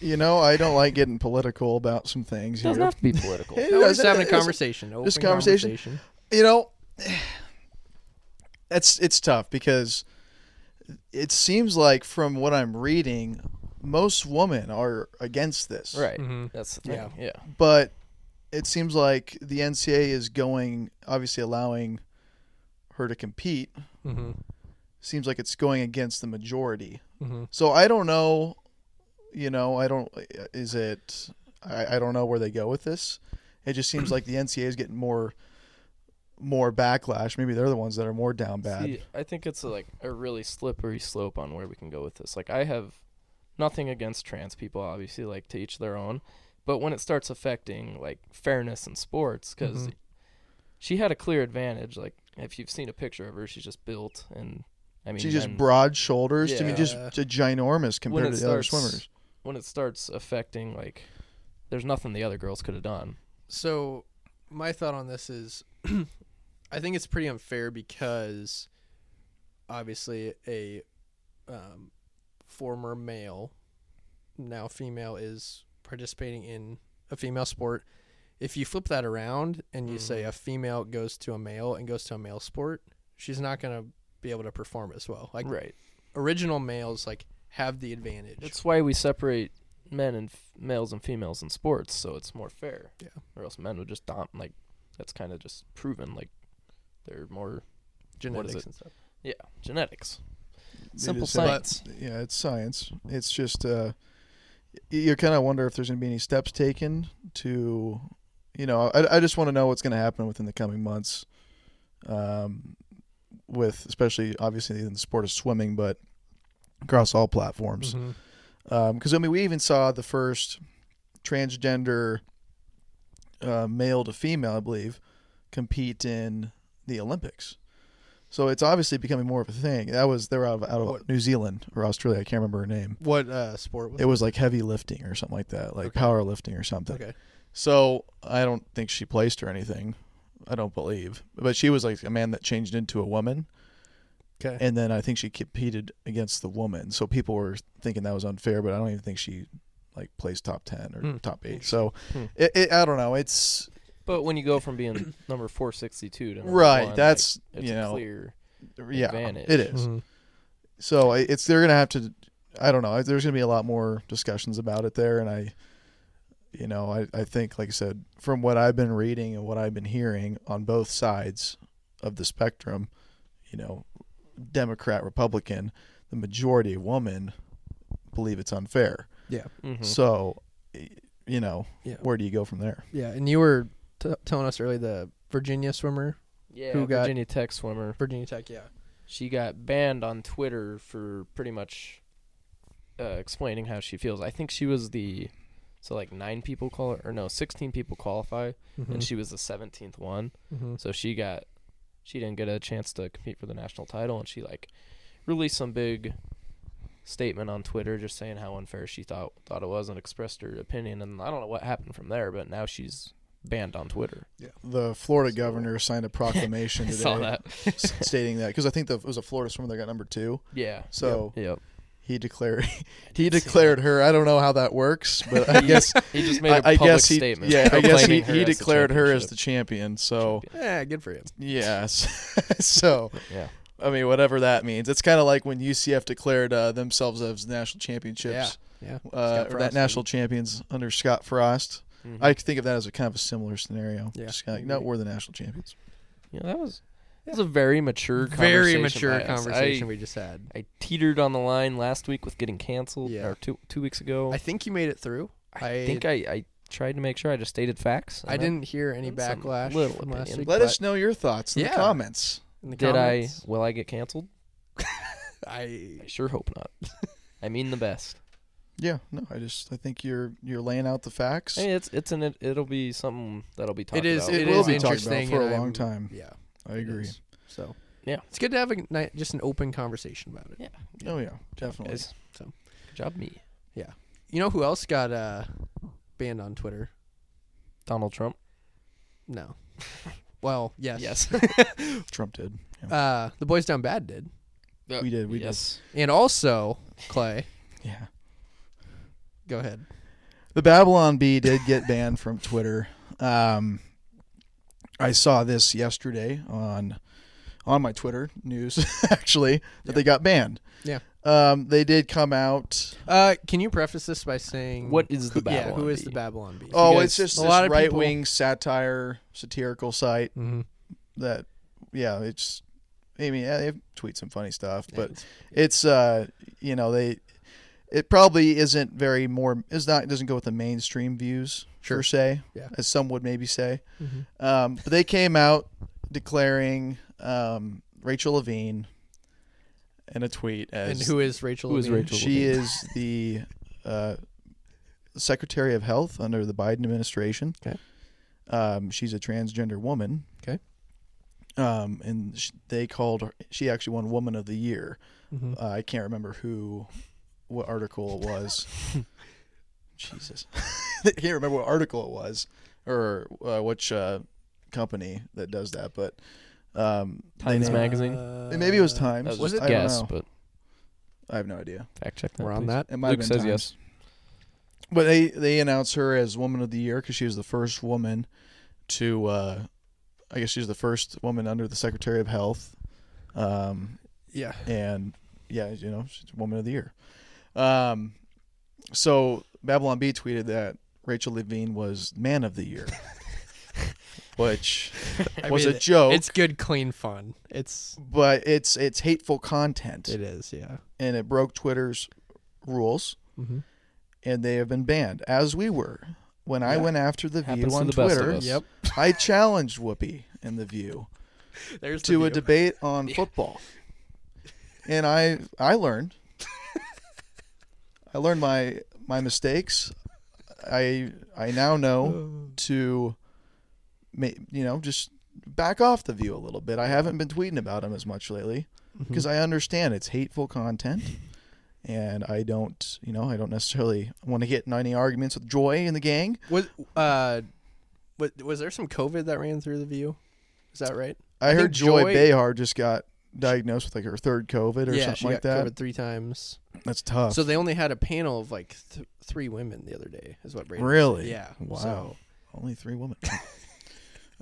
[SPEAKER 2] You know, I don't like getting political about some things
[SPEAKER 3] It
[SPEAKER 2] here.
[SPEAKER 3] doesn't have to be political.
[SPEAKER 2] It
[SPEAKER 1] No, we're just
[SPEAKER 2] doesn't-
[SPEAKER 1] having a
[SPEAKER 2] it's-
[SPEAKER 1] conversation. Open
[SPEAKER 2] just conversation. you know it's it's tough because it seems like from what i'm reading most women are against this
[SPEAKER 3] right.
[SPEAKER 1] Mhm.
[SPEAKER 3] That's the thing.
[SPEAKER 1] Yeah.
[SPEAKER 3] yeah.
[SPEAKER 2] but it seems like the nca is going obviously allowing her to compete
[SPEAKER 3] Mm-hmm.
[SPEAKER 1] hmm
[SPEAKER 2] seems like it's going against the majority
[SPEAKER 3] Mm-hmm.
[SPEAKER 1] Mhm.
[SPEAKER 2] so i don't know you know i don't is it i, I don't know where they go with this it just seems like the nca is getting more more backlash maybe they're the ones that are more down bad
[SPEAKER 3] See, I think it's like a really slippery slope on where we can go with this. Like I have nothing against trans people, obviously, like to each their own. But when it starts affecting like fairness in sports, because
[SPEAKER 2] Mm-hmm.
[SPEAKER 1] Mhm.
[SPEAKER 3] she had a clear advantage. Like if you've seen a picture of her, she's just built, and I mean,
[SPEAKER 2] She's just
[SPEAKER 3] men-
[SPEAKER 2] broad shoulders. I mean, just
[SPEAKER 1] Yeah.
[SPEAKER 2] a ginormous compared
[SPEAKER 3] When
[SPEAKER 2] to
[SPEAKER 3] it
[SPEAKER 2] the other
[SPEAKER 3] starts-
[SPEAKER 2] swimmers.
[SPEAKER 3] when it starts affecting like, there's nothing the other girls could have done.
[SPEAKER 1] So, my thought on this is, I think it's pretty unfair because, obviously, a um, former male, now female, is participating in a female sport. If you flip that around and you
[SPEAKER 3] Mm-hmm.
[SPEAKER 1] say a female goes to a male and goes to a male sport, she's not going to be able to perform as well. Like
[SPEAKER 3] right.
[SPEAKER 1] original males, like have the advantage.
[SPEAKER 3] That's why we separate men and f- males and females in sports, so it's more fair.
[SPEAKER 1] Yeah.
[SPEAKER 3] Or else men would just dom like that's kind of just proven like they're more
[SPEAKER 1] genetics
[SPEAKER 3] it?
[SPEAKER 1] and stuff.
[SPEAKER 3] genetics.
[SPEAKER 2] They
[SPEAKER 3] Simple
[SPEAKER 2] just have-
[SPEAKER 3] science.
[SPEAKER 2] yeah, it's science. It's just uh, y- you kind of wonder if there's going to be any steps taken to, you know, I, I just want to know what's going to happen within the coming months, um, with especially obviously in the sport of swimming, but across all platforms.
[SPEAKER 3] Mm-hmm.
[SPEAKER 2] because I mean we even saw the first transgender uh, male to female, I believe, compete in the Olympics. So it's obviously becoming more of a thing. That was they're out of, out of
[SPEAKER 1] What-
[SPEAKER 2] New Zealand or Australia. I can't remember her name.
[SPEAKER 1] What uh, sport was
[SPEAKER 2] It was like heavy lifting or something like that, like
[SPEAKER 1] Okay.
[SPEAKER 2] powerlifting or something.
[SPEAKER 1] Okay.
[SPEAKER 2] So I don't think she placed or anything. I don't believe, but she was like a man that changed into a woman,
[SPEAKER 1] Okay.
[SPEAKER 2] and then I think she competed against the woman. So people were thinking that was unfair, but I don't even think she like plays top ten or
[SPEAKER 1] Hmm.
[SPEAKER 2] top eight. So
[SPEAKER 3] Hmm.
[SPEAKER 2] it, it, I don't know. It's
[SPEAKER 3] But when you go from being number 462 to number
[SPEAKER 2] right.
[SPEAKER 3] one,
[SPEAKER 2] that's
[SPEAKER 3] like, it's
[SPEAKER 2] you know,
[SPEAKER 3] clear.
[SPEAKER 2] yeah,
[SPEAKER 3] advantage.
[SPEAKER 2] it is. So I- it's they're gonna have to. I don't know. There's gonna be a lot more discussions about it there, and I, you know, I I think like I said, from what I've been reading and what I've been hearing on both sides of the spectrum, you know, Democrat Republican, the majority of women believe it's unfair.
[SPEAKER 3] Mhm.
[SPEAKER 2] So, y- you know,
[SPEAKER 1] Yeah.
[SPEAKER 2] where do you go from there?
[SPEAKER 1] Yeah, and you were t- telling us earlier the Virginia swimmer,
[SPEAKER 3] yeah,
[SPEAKER 1] who got-
[SPEAKER 3] Virginia Tech swimmer.
[SPEAKER 1] Virginia Tech. Yeah,
[SPEAKER 3] She got banned on Twitter for pretty much uh, explaining how she feels. I think she was the so like nine people call or no, 16 people qualify
[SPEAKER 1] Mm-hmm.
[SPEAKER 3] and she was the 17th one. So she got she didn't get a chance to compete for the national title and she like released some big statement on Twitter just saying how unfair she thought thought it was and expressed her opinion and I don't know what happened from there, but now she's banned on Twitter.
[SPEAKER 2] The Florida governor signed a proclamation
[SPEAKER 3] I
[SPEAKER 2] today
[SPEAKER 3] saw that.
[SPEAKER 2] stating that because I think the, it was a Florida swimmer that got number two.
[SPEAKER 3] yeah.
[SPEAKER 2] So
[SPEAKER 3] Yep.
[SPEAKER 2] he declared he declared her. I don't know how that works, but I guess
[SPEAKER 3] He just made a
[SPEAKER 2] I, I
[SPEAKER 3] public
[SPEAKER 2] guess he
[SPEAKER 3] statement.
[SPEAKER 2] yeah I guess he,
[SPEAKER 3] proclaiming
[SPEAKER 2] he
[SPEAKER 3] as the
[SPEAKER 2] declared her as the
[SPEAKER 3] championship
[SPEAKER 2] champion. So
[SPEAKER 3] champion.
[SPEAKER 1] yeah, good for him.
[SPEAKER 2] yes, so
[SPEAKER 3] Yeah.
[SPEAKER 2] I mean whatever that means. It's kind of like when UCF declared uh, themselves as national championships.
[SPEAKER 1] Yeah,
[SPEAKER 2] Uh,
[SPEAKER 1] Scott
[SPEAKER 2] or
[SPEAKER 1] Frost
[SPEAKER 2] that national champions under Scott Frost.
[SPEAKER 3] Mhm.
[SPEAKER 2] I think of that as a kind of a similar scenario.
[SPEAKER 1] Yeah.
[SPEAKER 2] Just kinda like, no, we're the national champions.
[SPEAKER 3] Yeah, that was that was a very mature conversation.
[SPEAKER 1] very mature
[SPEAKER 3] by us.
[SPEAKER 1] conversation
[SPEAKER 3] I,
[SPEAKER 1] we just had.
[SPEAKER 3] I teetered on the line last week with getting canceled,
[SPEAKER 1] Yeah.
[SPEAKER 3] or two two weeks ago.
[SPEAKER 1] I think you made it through.
[SPEAKER 3] I, think I, I tried to make sure I just stated facts. and
[SPEAKER 1] I
[SPEAKER 3] that-
[SPEAKER 1] didn't hear any
[SPEAKER 3] that's some
[SPEAKER 1] backlash
[SPEAKER 3] little
[SPEAKER 1] from last
[SPEAKER 3] opinion.
[SPEAKER 1] week.
[SPEAKER 2] Let
[SPEAKER 1] but
[SPEAKER 2] us know your thoughts in
[SPEAKER 1] Yeah.
[SPEAKER 2] the comments.
[SPEAKER 1] in the
[SPEAKER 3] Did I?
[SPEAKER 1] comments,
[SPEAKER 3] Will I get canceled?
[SPEAKER 1] I
[SPEAKER 3] I sure hope not. I mean the best.
[SPEAKER 2] Yeah, no, I just I think you're you're laying out the facts.
[SPEAKER 3] Hey, it's it's an it'll be something that'll be talked
[SPEAKER 1] is-
[SPEAKER 3] about.
[SPEAKER 1] it
[SPEAKER 2] it
[SPEAKER 3] for a
[SPEAKER 2] will
[SPEAKER 1] is
[SPEAKER 2] be
[SPEAKER 3] while.
[SPEAKER 2] talked about
[SPEAKER 1] interesting
[SPEAKER 2] for a
[SPEAKER 1] and
[SPEAKER 2] long
[SPEAKER 1] I'm-
[SPEAKER 2] time.
[SPEAKER 1] yeah,
[SPEAKER 2] I
[SPEAKER 1] it
[SPEAKER 2] agree.
[SPEAKER 1] is. So
[SPEAKER 3] Yeah.
[SPEAKER 1] it's good to have a ni- just an open conversation about it.
[SPEAKER 3] Yeah.
[SPEAKER 2] Oh yeah, definitely.
[SPEAKER 3] Guys,
[SPEAKER 1] So.
[SPEAKER 3] good job me.
[SPEAKER 1] You know who else got uh, banned on Twitter?
[SPEAKER 3] Donald Trump.
[SPEAKER 1] No. well, yes.
[SPEAKER 2] Trump did. Yeah.
[SPEAKER 1] Uh, the boys down bad did,
[SPEAKER 2] we did. We
[SPEAKER 3] yes.
[SPEAKER 1] and also Clay.
[SPEAKER 2] did. Yeah.
[SPEAKER 1] Go ahead.
[SPEAKER 2] The Babylon Bee did get banned from Twitter. Um, I saw this yesterday on on my Twitter news actually that they got banned.
[SPEAKER 1] Yeah.
[SPEAKER 2] Um, they did come out.
[SPEAKER 1] Uh, can you preface this by saying
[SPEAKER 3] What is the
[SPEAKER 1] who- yeah?
[SPEAKER 3] Babylon
[SPEAKER 1] Who is
[SPEAKER 3] Bee?
[SPEAKER 1] the Babylon Bee?
[SPEAKER 2] Oh,
[SPEAKER 3] guys-
[SPEAKER 2] it's just
[SPEAKER 1] a lot
[SPEAKER 2] this
[SPEAKER 1] of
[SPEAKER 2] right wing satire satirical site
[SPEAKER 1] mm-hmm.
[SPEAKER 2] that yeah, it's I mean, yeah, they tweet some funny stuff, but it's uh you know they it probably isn't very more is not it doesn't go with the mainstream views
[SPEAKER 1] Sure.
[SPEAKER 2] per se
[SPEAKER 1] Yeah.
[SPEAKER 2] as some would maybe say
[SPEAKER 1] Mhm.
[SPEAKER 2] um, but they came out declaring um, Rachel Levine in a tweet as
[SPEAKER 1] and who is Rachel?
[SPEAKER 3] Who is
[SPEAKER 1] Levine?
[SPEAKER 3] Rachel?
[SPEAKER 2] she is the uh, Secretary of Health under the Biden administration.
[SPEAKER 1] Okay.
[SPEAKER 2] Um, she's a transgender woman.
[SPEAKER 1] Okay.
[SPEAKER 2] Um, and sh- they called her, she actually won Woman of the Year.
[SPEAKER 1] Mhm.
[SPEAKER 3] Mm-hmm.
[SPEAKER 2] Uh, I can't remember who, what article it was. Jesus. I can't remember what article it was or uh, which uh, company that does that, but. Um, they
[SPEAKER 3] Times
[SPEAKER 2] named-
[SPEAKER 3] Magazine?
[SPEAKER 1] Uh,
[SPEAKER 2] Maybe it was
[SPEAKER 3] That
[SPEAKER 2] Times.
[SPEAKER 3] was just
[SPEAKER 2] I
[SPEAKER 3] a
[SPEAKER 2] don't
[SPEAKER 3] guess,
[SPEAKER 2] know.
[SPEAKER 3] but
[SPEAKER 2] I have no idea.
[SPEAKER 3] fact check that.
[SPEAKER 1] We're on
[SPEAKER 3] please.
[SPEAKER 1] that.
[SPEAKER 2] It might have
[SPEAKER 3] Luke
[SPEAKER 2] been
[SPEAKER 3] says
[SPEAKER 2] Times.
[SPEAKER 3] yes.
[SPEAKER 2] But they they announced her as Woman of the Year because she was the first woman to, uh, I guess she was the first woman under the Secretary of Health, um,
[SPEAKER 1] Yeah.
[SPEAKER 2] and yeah, you know, she's Woman of the Year. Um, so Babylon B tweeted that Rachel Levine was Man of the Year, which
[SPEAKER 1] I
[SPEAKER 2] was
[SPEAKER 1] mean,
[SPEAKER 2] a joke,
[SPEAKER 1] It's good, clean fun. It's
[SPEAKER 2] but it's it's hateful content,
[SPEAKER 1] it is. Yeah.
[SPEAKER 2] and it broke Twitter's rules.
[SPEAKER 1] Mm-hmm.
[SPEAKER 2] and they have been banned, as we were. When I
[SPEAKER 3] Yeah.
[SPEAKER 2] went after the
[SPEAKER 3] Happens
[SPEAKER 2] View
[SPEAKER 3] to
[SPEAKER 2] on
[SPEAKER 3] the best of
[SPEAKER 2] Twitter,
[SPEAKER 3] us.
[SPEAKER 1] Yep.
[SPEAKER 2] I challenged Whoopi and the View
[SPEAKER 1] There's the
[SPEAKER 2] to a
[SPEAKER 1] view.
[SPEAKER 2] debate on football, and I I learned. I learned my my mistakes. I I now know to, ma- you know, just back off the View a little bit. I haven't been tweeting about them as much lately
[SPEAKER 1] Mm-hmm.
[SPEAKER 2] because I understand it's hateful content, and I don't, you know, I don't necessarily want to get in any arguments with Joy and the gang.
[SPEAKER 1] Was uh, was, was there some COVID that ran through the view? Is that right?
[SPEAKER 2] I,
[SPEAKER 1] think
[SPEAKER 2] heard Joy,
[SPEAKER 1] Joy-
[SPEAKER 2] Behar just got diagnosed with like her third COVID or
[SPEAKER 1] yeah,
[SPEAKER 2] something
[SPEAKER 1] she got
[SPEAKER 2] like that.
[SPEAKER 1] COVID three times.
[SPEAKER 2] That's tough.
[SPEAKER 1] So they only had a panel of like th- three women the other day. Is what Brady.
[SPEAKER 2] really?
[SPEAKER 1] Yeah.
[SPEAKER 2] Wow.
[SPEAKER 1] So-
[SPEAKER 2] Only three women.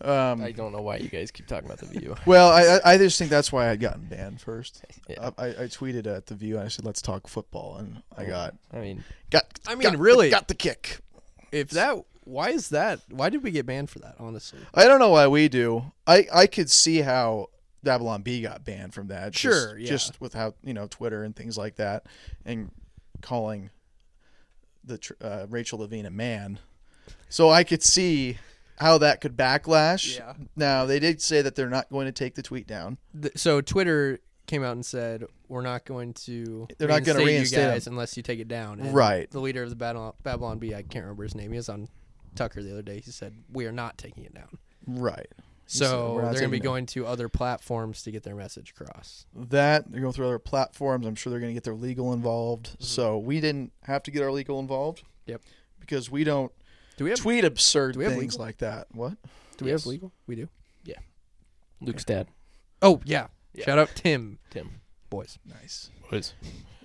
[SPEAKER 2] um,
[SPEAKER 3] I don't know why you guys keep talking about the view.
[SPEAKER 2] well, I- I I just think that's why I would gotten banned first.
[SPEAKER 3] Yeah.
[SPEAKER 2] I, I I tweeted at the View and I said let's talk football and I got
[SPEAKER 3] I mean,
[SPEAKER 2] got.
[SPEAKER 1] I mean,
[SPEAKER 2] got-
[SPEAKER 1] really,
[SPEAKER 2] got the kick.
[SPEAKER 1] if that, why is that? Why did we get banned for that? Honestly,
[SPEAKER 2] I don't know why we do. I I could see how Babylon B got banned from that. just-
[SPEAKER 1] Sure, yeah.
[SPEAKER 2] Just with how you know Twitter and things like that, and calling the tr- uh, Rachel Levine a man. So I could see how that could backlash.
[SPEAKER 1] Yeah.
[SPEAKER 2] Now they did say that they're not going to take the tweet down.
[SPEAKER 1] Th- so Twitter came out and said we're not going to.
[SPEAKER 2] They're not
[SPEAKER 1] going
[SPEAKER 2] gonna
[SPEAKER 1] to
[SPEAKER 2] reinstate
[SPEAKER 1] you
[SPEAKER 2] 'em.
[SPEAKER 1] guys unless you take it down. And
[SPEAKER 2] Right.
[SPEAKER 1] The leader of the Babylon, Babylon B, I can't remember his name. He was on Tucker the other day. He said we are not taking it down.
[SPEAKER 2] Right. said,
[SPEAKER 1] So they're
[SPEAKER 2] "We're not
[SPEAKER 1] going to
[SPEAKER 2] taking
[SPEAKER 1] be
[SPEAKER 2] it down."
[SPEAKER 1] going to other platforms to get their message across.
[SPEAKER 2] That they're going through other platforms. I'm sure they're going to get their legal involved. So we didn't have to get our legal involved.
[SPEAKER 1] Mm-hmm. Yep.
[SPEAKER 2] Because we don't
[SPEAKER 1] Do we have?
[SPEAKER 2] tweet absurd
[SPEAKER 1] Do we have
[SPEAKER 2] things
[SPEAKER 1] legal?
[SPEAKER 2] like that. What?
[SPEAKER 1] do we
[SPEAKER 3] Yes.
[SPEAKER 1] have legal? We do.
[SPEAKER 3] Luke's dad,
[SPEAKER 1] Oh yeah.
[SPEAKER 3] Yeah.
[SPEAKER 1] Shout out Tim.
[SPEAKER 3] Tim.
[SPEAKER 1] Boys.
[SPEAKER 2] Nice.
[SPEAKER 3] What is?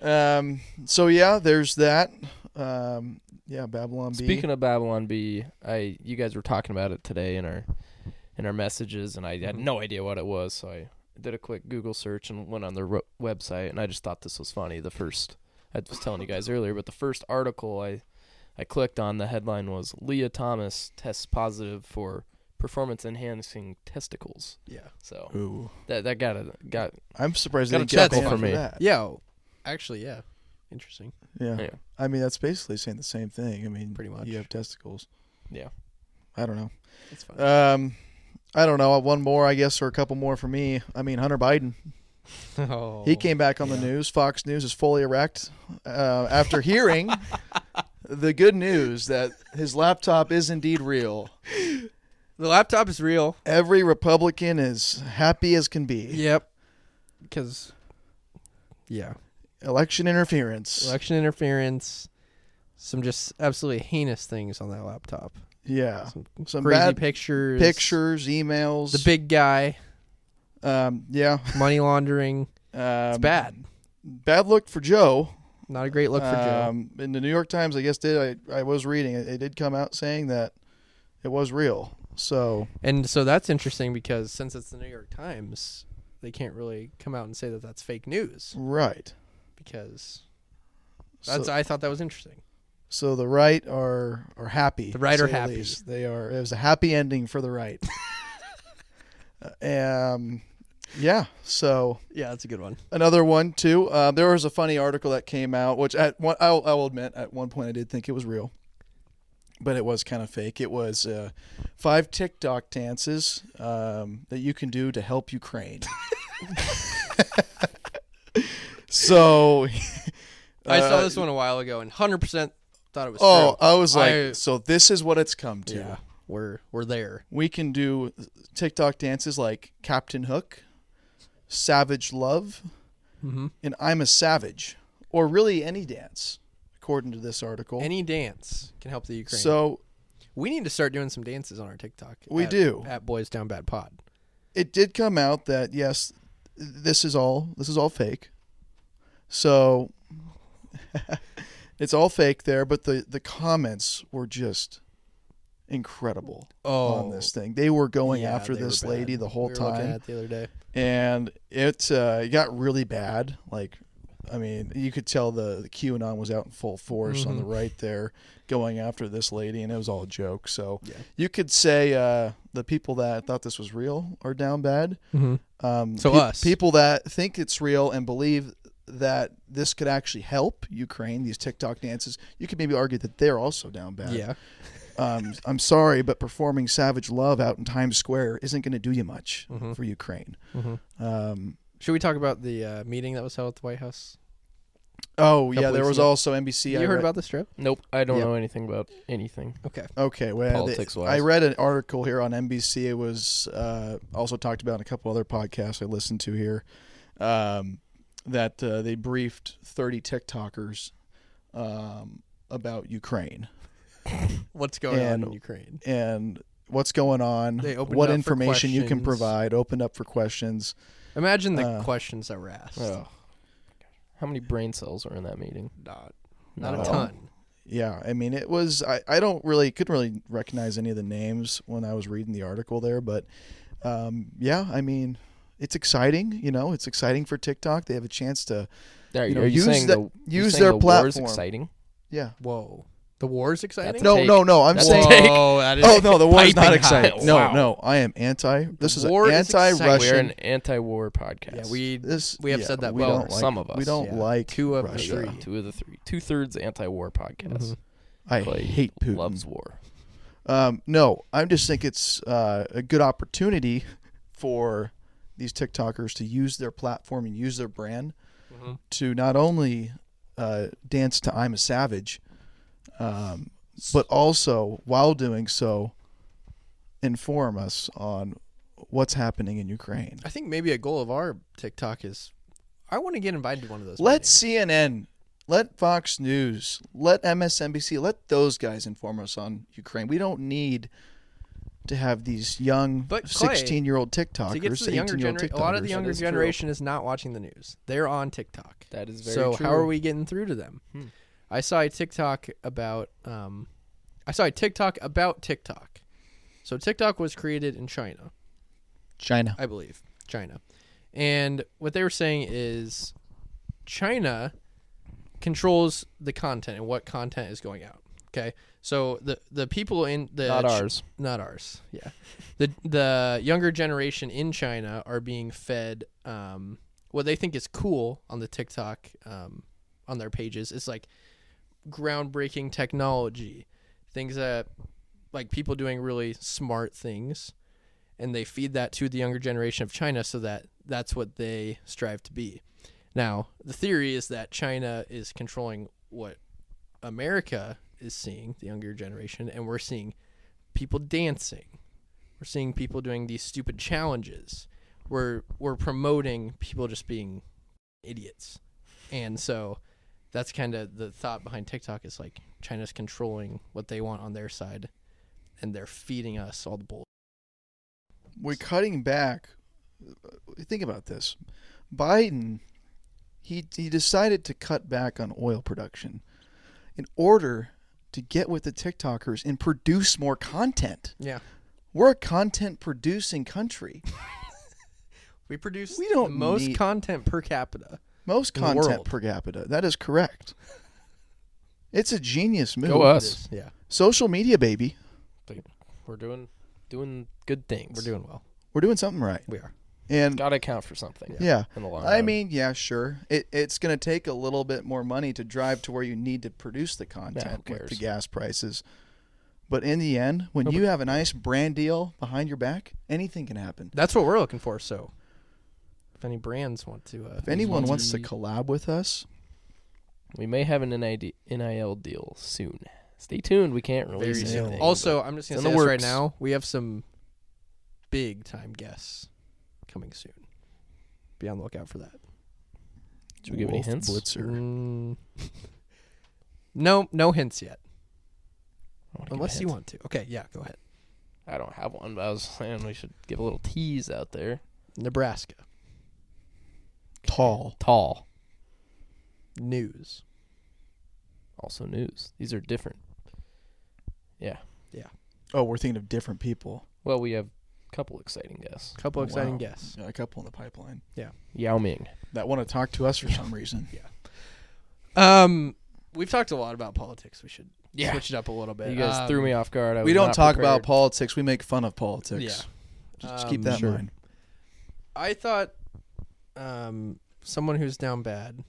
[SPEAKER 2] Um, so yeah, there's that. Um, yeah, Babylon B.
[SPEAKER 3] Speaking of Babylon B, I you guys were talking about it today in our in our messages, and I had
[SPEAKER 1] Mhm.
[SPEAKER 3] no idea what it was, so I did a quick Google search and went on their ro- website, and I just thought this was funny. The first I was telling you guys earlier, but the first article I I clicked on, the headline was Leah Thomas tests positive for performance enhancing testicles.
[SPEAKER 1] Yeah.
[SPEAKER 3] So
[SPEAKER 2] Ooh,
[SPEAKER 3] that that got a got
[SPEAKER 2] I'm surprised they
[SPEAKER 3] Got a
[SPEAKER 2] didn't get
[SPEAKER 3] chuckle
[SPEAKER 2] banned
[SPEAKER 3] from me.
[SPEAKER 2] That.
[SPEAKER 1] Yeah. oh, Actually, yeah. Interesting.
[SPEAKER 2] Yeah.
[SPEAKER 3] Yeah.
[SPEAKER 2] I mean that's basically saying the same thing. I mean,
[SPEAKER 1] Pretty much.
[SPEAKER 2] You have testicles.
[SPEAKER 3] Yeah.
[SPEAKER 2] I don't know.
[SPEAKER 1] That's fine.
[SPEAKER 2] Um, I don't know. One more, I guess, or a couple more for me. I mean, Hunter Biden.
[SPEAKER 1] Oh.
[SPEAKER 2] He came back on the
[SPEAKER 1] yeah.
[SPEAKER 2] news. Fox News is fully erect uh, after hearing the good news that his laptop is indeed real.
[SPEAKER 1] The laptop is real.
[SPEAKER 2] Every Republican is happy as can be.
[SPEAKER 1] Yep. Because, yeah,
[SPEAKER 2] Election interference.
[SPEAKER 1] election interference, some just absolutely heinous things on that laptop.
[SPEAKER 2] yeah.
[SPEAKER 1] Some
[SPEAKER 2] Some
[SPEAKER 1] crazy
[SPEAKER 2] bad
[SPEAKER 1] pictures.
[SPEAKER 2] pictures, emails.
[SPEAKER 1] The big guy,
[SPEAKER 2] um, yeah.
[SPEAKER 1] money laundering.
[SPEAKER 2] Um,
[SPEAKER 1] It's bad.
[SPEAKER 2] Bad look for Joe.
[SPEAKER 1] Not a great look for Joe.
[SPEAKER 2] um, In the New York Times, I guess did I, I was reading it, it did come out saying that it was real. So
[SPEAKER 1] And so that's interesting because since it's the New York Times, they can't really come out and say that that's fake news
[SPEAKER 2] right.
[SPEAKER 1] because
[SPEAKER 2] So-
[SPEAKER 1] that's. I thought that was interesting.
[SPEAKER 2] So the right are are happy.
[SPEAKER 1] The right
[SPEAKER 2] to
[SPEAKER 1] are
[SPEAKER 2] say
[SPEAKER 1] happy.
[SPEAKER 2] They are. It was a happy ending for the right. um, yeah. So
[SPEAKER 1] Yeah, that's a good one.
[SPEAKER 2] another one too. Uh, there was a funny article that came out, which at one I'll, I'll admit at one point I did think it was real, but it was kind of fake. It was uh, five TikTok dances um, that you can do to help Ukraine. so
[SPEAKER 1] I saw
[SPEAKER 2] uh,
[SPEAKER 1] this one a while ago and 100% thought it was
[SPEAKER 2] Oh,
[SPEAKER 1] true.
[SPEAKER 2] I was like,
[SPEAKER 1] I-
[SPEAKER 2] so this is what it's come to.
[SPEAKER 1] Yeah, we're we're there.
[SPEAKER 2] We can do TikTok dances like Captain Hook, Savage Love,
[SPEAKER 1] Mm-hmm.
[SPEAKER 2] and I'm a Savage, or really any dance, according to this article.
[SPEAKER 1] Any dance can help the Ukraine.
[SPEAKER 2] so
[SPEAKER 1] we need to start doing some dances on our TikTok.
[SPEAKER 2] We
[SPEAKER 1] at-
[SPEAKER 2] do.
[SPEAKER 1] at Boys Down Bad Pod.
[SPEAKER 2] it did come out that yes, this is all this is all fake. So it's all fake there, but the the comments were just incredible
[SPEAKER 1] Oh,
[SPEAKER 2] on this thing. They were going
[SPEAKER 1] yeah,
[SPEAKER 2] after
[SPEAKER 1] they were
[SPEAKER 2] this lady
[SPEAKER 1] bad.
[SPEAKER 2] the whole
[SPEAKER 1] we were looking
[SPEAKER 2] time.
[SPEAKER 1] at it the other day.
[SPEAKER 2] and it uh, it got really bad. Like, I mean, you could tell the, the QAnon was out in full force on the
[SPEAKER 1] Mm-hmm.
[SPEAKER 2] right there, going after this lady, and it was all a joke. So
[SPEAKER 1] Yeah.
[SPEAKER 2] you could say uh, the people that thought this was real are down bad. Um,
[SPEAKER 1] Mm-hmm. So us.
[SPEAKER 2] people that think it's real and believe that this could actually help Ukraine, these TikTok dances, you could maybe argue that they're also down bad.
[SPEAKER 1] Yeah,
[SPEAKER 2] Um, I'm sorry, but performing Savage Love out in Times Square isn't going to do you much
[SPEAKER 1] Mm-hmm.
[SPEAKER 2] for Ukraine. Um,
[SPEAKER 1] should we talk about the uh, meeting that was held at the White House?
[SPEAKER 2] Oh yeah,
[SPEAKER 1] couple
[SPEAKER 2] there
[SPEAKER 1] weeks
[SPEAKER 2] was
[SPEAKER 1] ago.
[SPEAKER 2] also NBC. I
[SPEAKER 1] you heard
[SPEAKER 2] read-
[SPEAKER 1] about this trip?
[SPEAKER 3] Nope, I don't
[SPEAKER 1] Yep.
[SPEAKER 3] know anything about anything.
[SPEAKER 1] Okay.
[SPEAKER 2] Okay, well, they-
[SPEAKER 3] Politics-wise.
[SPEAKER 2] I read an article here on NBC. It was uh, also talked about in a couple other podcasts I listened to here. Um, that uh, they briefed thirty TikTokers um, about Ukraine
[SPEAKER 1] What's going
[SPEAKER 2] And-
[SPEAKER 1] on in Ukraine?
[SPEAKER 2] and what's going on,
[SPEAKER 1] They opened up
[SPEAKER 2] what
[SPEAKER 1] for
[SPEAKER 2] information you can
[SPEAKER 1] questions.
[SPEAKER 2] provide, opened up for questions.
[SPEAKER 1] Imagine the
[SPEAKER 2] Uh,
[SPEAKER 1] questions that were asked.
[SPEAKER 3] Oh. How many brain cells are in that meeting?
[SPEAKER 1] Not, not
[SPEAKER 3] Not
[SPEAKER 1] a
[SPEAKER 3] at all.
[SPEAKER 1] ton.
[SPEAKER 2] Yeah, I mean, it was. I, I don't really couldn't really recognize any of the names when I was reading the article there, but um, yeah, I mean, it's exciting. You know, it's exciting for TikTok. They have a chance to.
[SPEAKER 3] There,
[SPEAKER 2] You
[SPEAKER 3] you
[SPEAKER 2] know,
[SPEAKER 3] are you
[SPEAKER 2] use
[SPEAKER 3] saying
[SPEAKER 2] the-
[SPEAKER 3] the you
[SPEAKER 2] use
[SPEAKER 3] saying
[SPEAKER 2] their
[SPEAKER 3] the
[SPEAKER 2] platform.
[SPEAKER 3] War is exciting.
[SPEAKER 2] Yeah.
[SPEAKER 1] Whoa, the war's exciting.
[SPEAKER 3] That's
[SPEAKER 2] No,
[SPEAKER 3] Take.
[SPEAKER 2] no, no. I'm
[SPEAKER 3] That's
[SPEAKER 2] saying.
[SPEAKER 3] a take.
[SPEAKER 1] Whoa, that is
[SPEAKER 2] Oh no, the war is not
[SPEAKER 1] piping
[SPEAKER 2] exciting.
[SPEAKER 1] hot.
[SPEAKER 2] No,
[SPEAKER 3] Wow.
[SPEAKER 2] no, I am anti. This is an
[SPEAKER 1] War is exciting.
[SPEAKER 2] anti-Russian.
[SPEAKER 3] We're an anti-war podcast.
[SPEAKER 1] Yeah, we
[SPEAKER 2] this
[SPEAKER 1] we have
[SPEAKER 2] yeah,
[SPEAKER 1] said that
[SPEAKER 2] we
[SPEAKER 1] well.
[SPEAKER 2] don't like,
[SPEAKER 3] some of
[SPEAKER 2] We
[SPEAKER 3] us,
[SPEAKER 2] don't
[SPEAKER 1] yeah.
[SPEAKER 2] like
[SPEAKER 1] Two of the
[SPEAKER 2] Russia.
[SPEAKER 1] three.
[SPEAKER 3] two of the three, two thirds anti-war podcast.
[SPEAKER 1] Mm-hmm.
[SPEAKER 2] I
[SPEAKER 3] Clay
[SPEAKER 2] hate Putin.
[SPEAKER 3] Loves war.
[SPEAKER 2] Um, no, I just think it's uh, a good opportunity for these TikTokers to use their platform and use their brand to not only uh, dance to "I'm a Savage," um, but also while doing so, inform us on what's happening in Ukraine.
[SPEAKER 1] I think maybe a goal of our TikTok is I want to get invited to one of those.
[SPEAKER 2] Let CNN, let Fox News, let MSNBC, let those guys inform us on Ukraine. We don't need to have these young
[SPEAKER 1] But Clay,
[SPEAKER 2] sixteen-year-old TikTokers,
[SPEAKER 1] meetings. to get to the younger
[SPEAKER 2] eighteen-year-old
[SPEAKER 1] generation. A lot of the
[SPEAKER 2] TikTokers.
[SPEAKER 1] younger
[SPEAKER 3] is true.
[SPEAKER 1] generation is not watching the news. They're on TikTok.
[SPEAKER 3] That is very
[SPEAKER 1] so
[SPEAKER 3] true.
[SPEAKER 1] how are we getting through to them?
[SPEAKER 3] Hmm.
[SPEAKER 1] I saw a TikTok about um, I saw a TikTok about TikTok. So TikTok was created in China.
[SPEAKER 2] China.
[SPEAKER 1] I believe, China. And what they were saying is China controls the content and what content is going out. Okay. So the the people in the
[SPEAKER 3] Not
[SPEAKER 1] Ch-
[SPEAKER 3] ours.
[SPEAKER 1] not ours. Yeah. The the younger generation in China are being fed um what they think is cool on the TikTok um on their pages. It's like groundbreaking technology, things that like people doing really smart things and they feed that to the younger generation of China so that that's what they strive to be. Now, the theory is that China is controlling what America is seeing, the younger generation, and we're seeing people dancing. We're seeing people doing these stupid challenges. We're we're promoting people just being idiots. And so that's kind of the thought behind TikTok is like China's controlling what they want on their side and they're feeding us all the bull.
[SPEAKER 2] We're cutting back. Think about this. Biden, he, he decided to cut back on oil production in order to get with the TikTokers and produce more content.
[SPEAKER 1] Yeah.
[SPEAKER 2] We're a content producing country.
[SPEAKER 1] We produce
[SPEAKER 2] We
[SPEAKER 1] the
[SPEAKER 2] don't
[SPEAKER 1] most
[SPEAKER 2] need-
[SPEAKER 1] content per capita.
[SPEAKER 2] Most
[SPEAKER 1] In the
[SPEAKER 2] content
[SPEAKER 1] world.
[SPEAKER 2] per capita. That is correct. It's a genius move.
[SPEAKER 3] Go
[SPEAKER 1] It is,
[SPEAKER 3] us.
[SPEAKER 1] Yeah.
[SPEAKER 2] Social media, baby.
[SPEAKER 3] We're doing doing good things.
[SPEAKER 1] We're doing well.
[SPEAKER 2] We're doing something right.
[SPEAKER 1] We are.
[SPEAKER 2] And
[SPEAKER 3] Got to account for something.
[SPEAKER 2] yeah.
[SPEAKER 3] In the long
[SPEAKER 2] I
[SPEAKER 3] run.
[SPEAKER 2] mean, yeah, sure. It, it's going to take a little bit more money to drive to where you need to produce the content with
[SPEAKER 3] cares?
[SPEAKER 2] the gas prices. But in the end, when you have a nice brand deal behind your back, anything can happen.
[SPEAKER 1] That's what we're looking for. So, if any brands want to, uh,
[SPEAKER 2] If anyone wants to
[SPEAKER 3] Monty.
[SPEAKER 2] collab with us,
[SPEAKER 3] we may have an NID, NIL deal soon. Stay tuned. We can't release
[SPEAKER 2] soon.
[SPEAKER 3] anything.
[SPEAKER 1] also, I'm just
[SPEAKER 3] it's
[SPEAKER 1] gonna
[SPEAKER 3] in
[SPEAKER 1] say
[SPEAKER 3] the
[SPEAKER 1] this right
[SPEAKER 3] works.
[SPEAKER 1] now. We have some big time guests coming soon. Be on the lookout for that.
[SPEAKER 3] Should we give any
[SPEAKER 2] Wolf
[SPEAKER 3] hints?
[SPEAKER 2] Blitzer.
[SPEAKER 1] Mm. no, no hints yet.
[SPEAKER 3] I wanna give a
[SPEAKER 1] Unless you
[SPEAKER 3] hint.
[SPEAKER 1] want to. Okay, yeah, go ahead.
[SPEAKER 3] I don't have one, but I was saying we should give a little tease out there.
[SPEAKER 1] Nebraska
[SPEAKER 2] Tall.
[SPEAKER 3] Tall.
[SPEAKER 1] news.
[SPEAKER 3] Also news. These are different. Yeah.
[SPEAKER 2] Oh, we're thinking of different people.
[SPEAKER 3] Well, we have a couple exciting guests.
[SPEAKER 1] Couple
[SPEAKER 2] Oh,
[SPEAKER 1] exciting
[SPEAKER 2] wow.
[SPEAKER 1] guests.
[SPEAKER 2] Yeah, a couple in the pipeline
[SPEAKER 3] Yao Ming.
[SPEAKER 2] that want to talk to us for some reason.
[SPEAKER 1] Um, we've talked a lot about politics. We should
[SPEAKER 3] Yeah.
[SPEAKER 1] switch it up a little bit.
[SPEAKER 3] You guys
[SPEAKER 1] Um,
[SPEAKER 3] threw me off guard. I
[SPEAKER 2] We
[SPEAKER 3] was
[SPEAKER 2] don't
[SPEAKER 3] not
[SPEAKER 2] talk about
[SPEAKER 3] prepared.
[SPEAKER 2] politics. We make fun of politics.
[SPEAKER 1] Yeah.
[SPEAKER 2] Just, just keep
[SPEAKER 1] Um,
[SPEAKER 2] that
[SPEAKER 1] Sure.
[SPEAKER 2] in mind.
[SPEAKER 1] I thought um, someone who's down bad,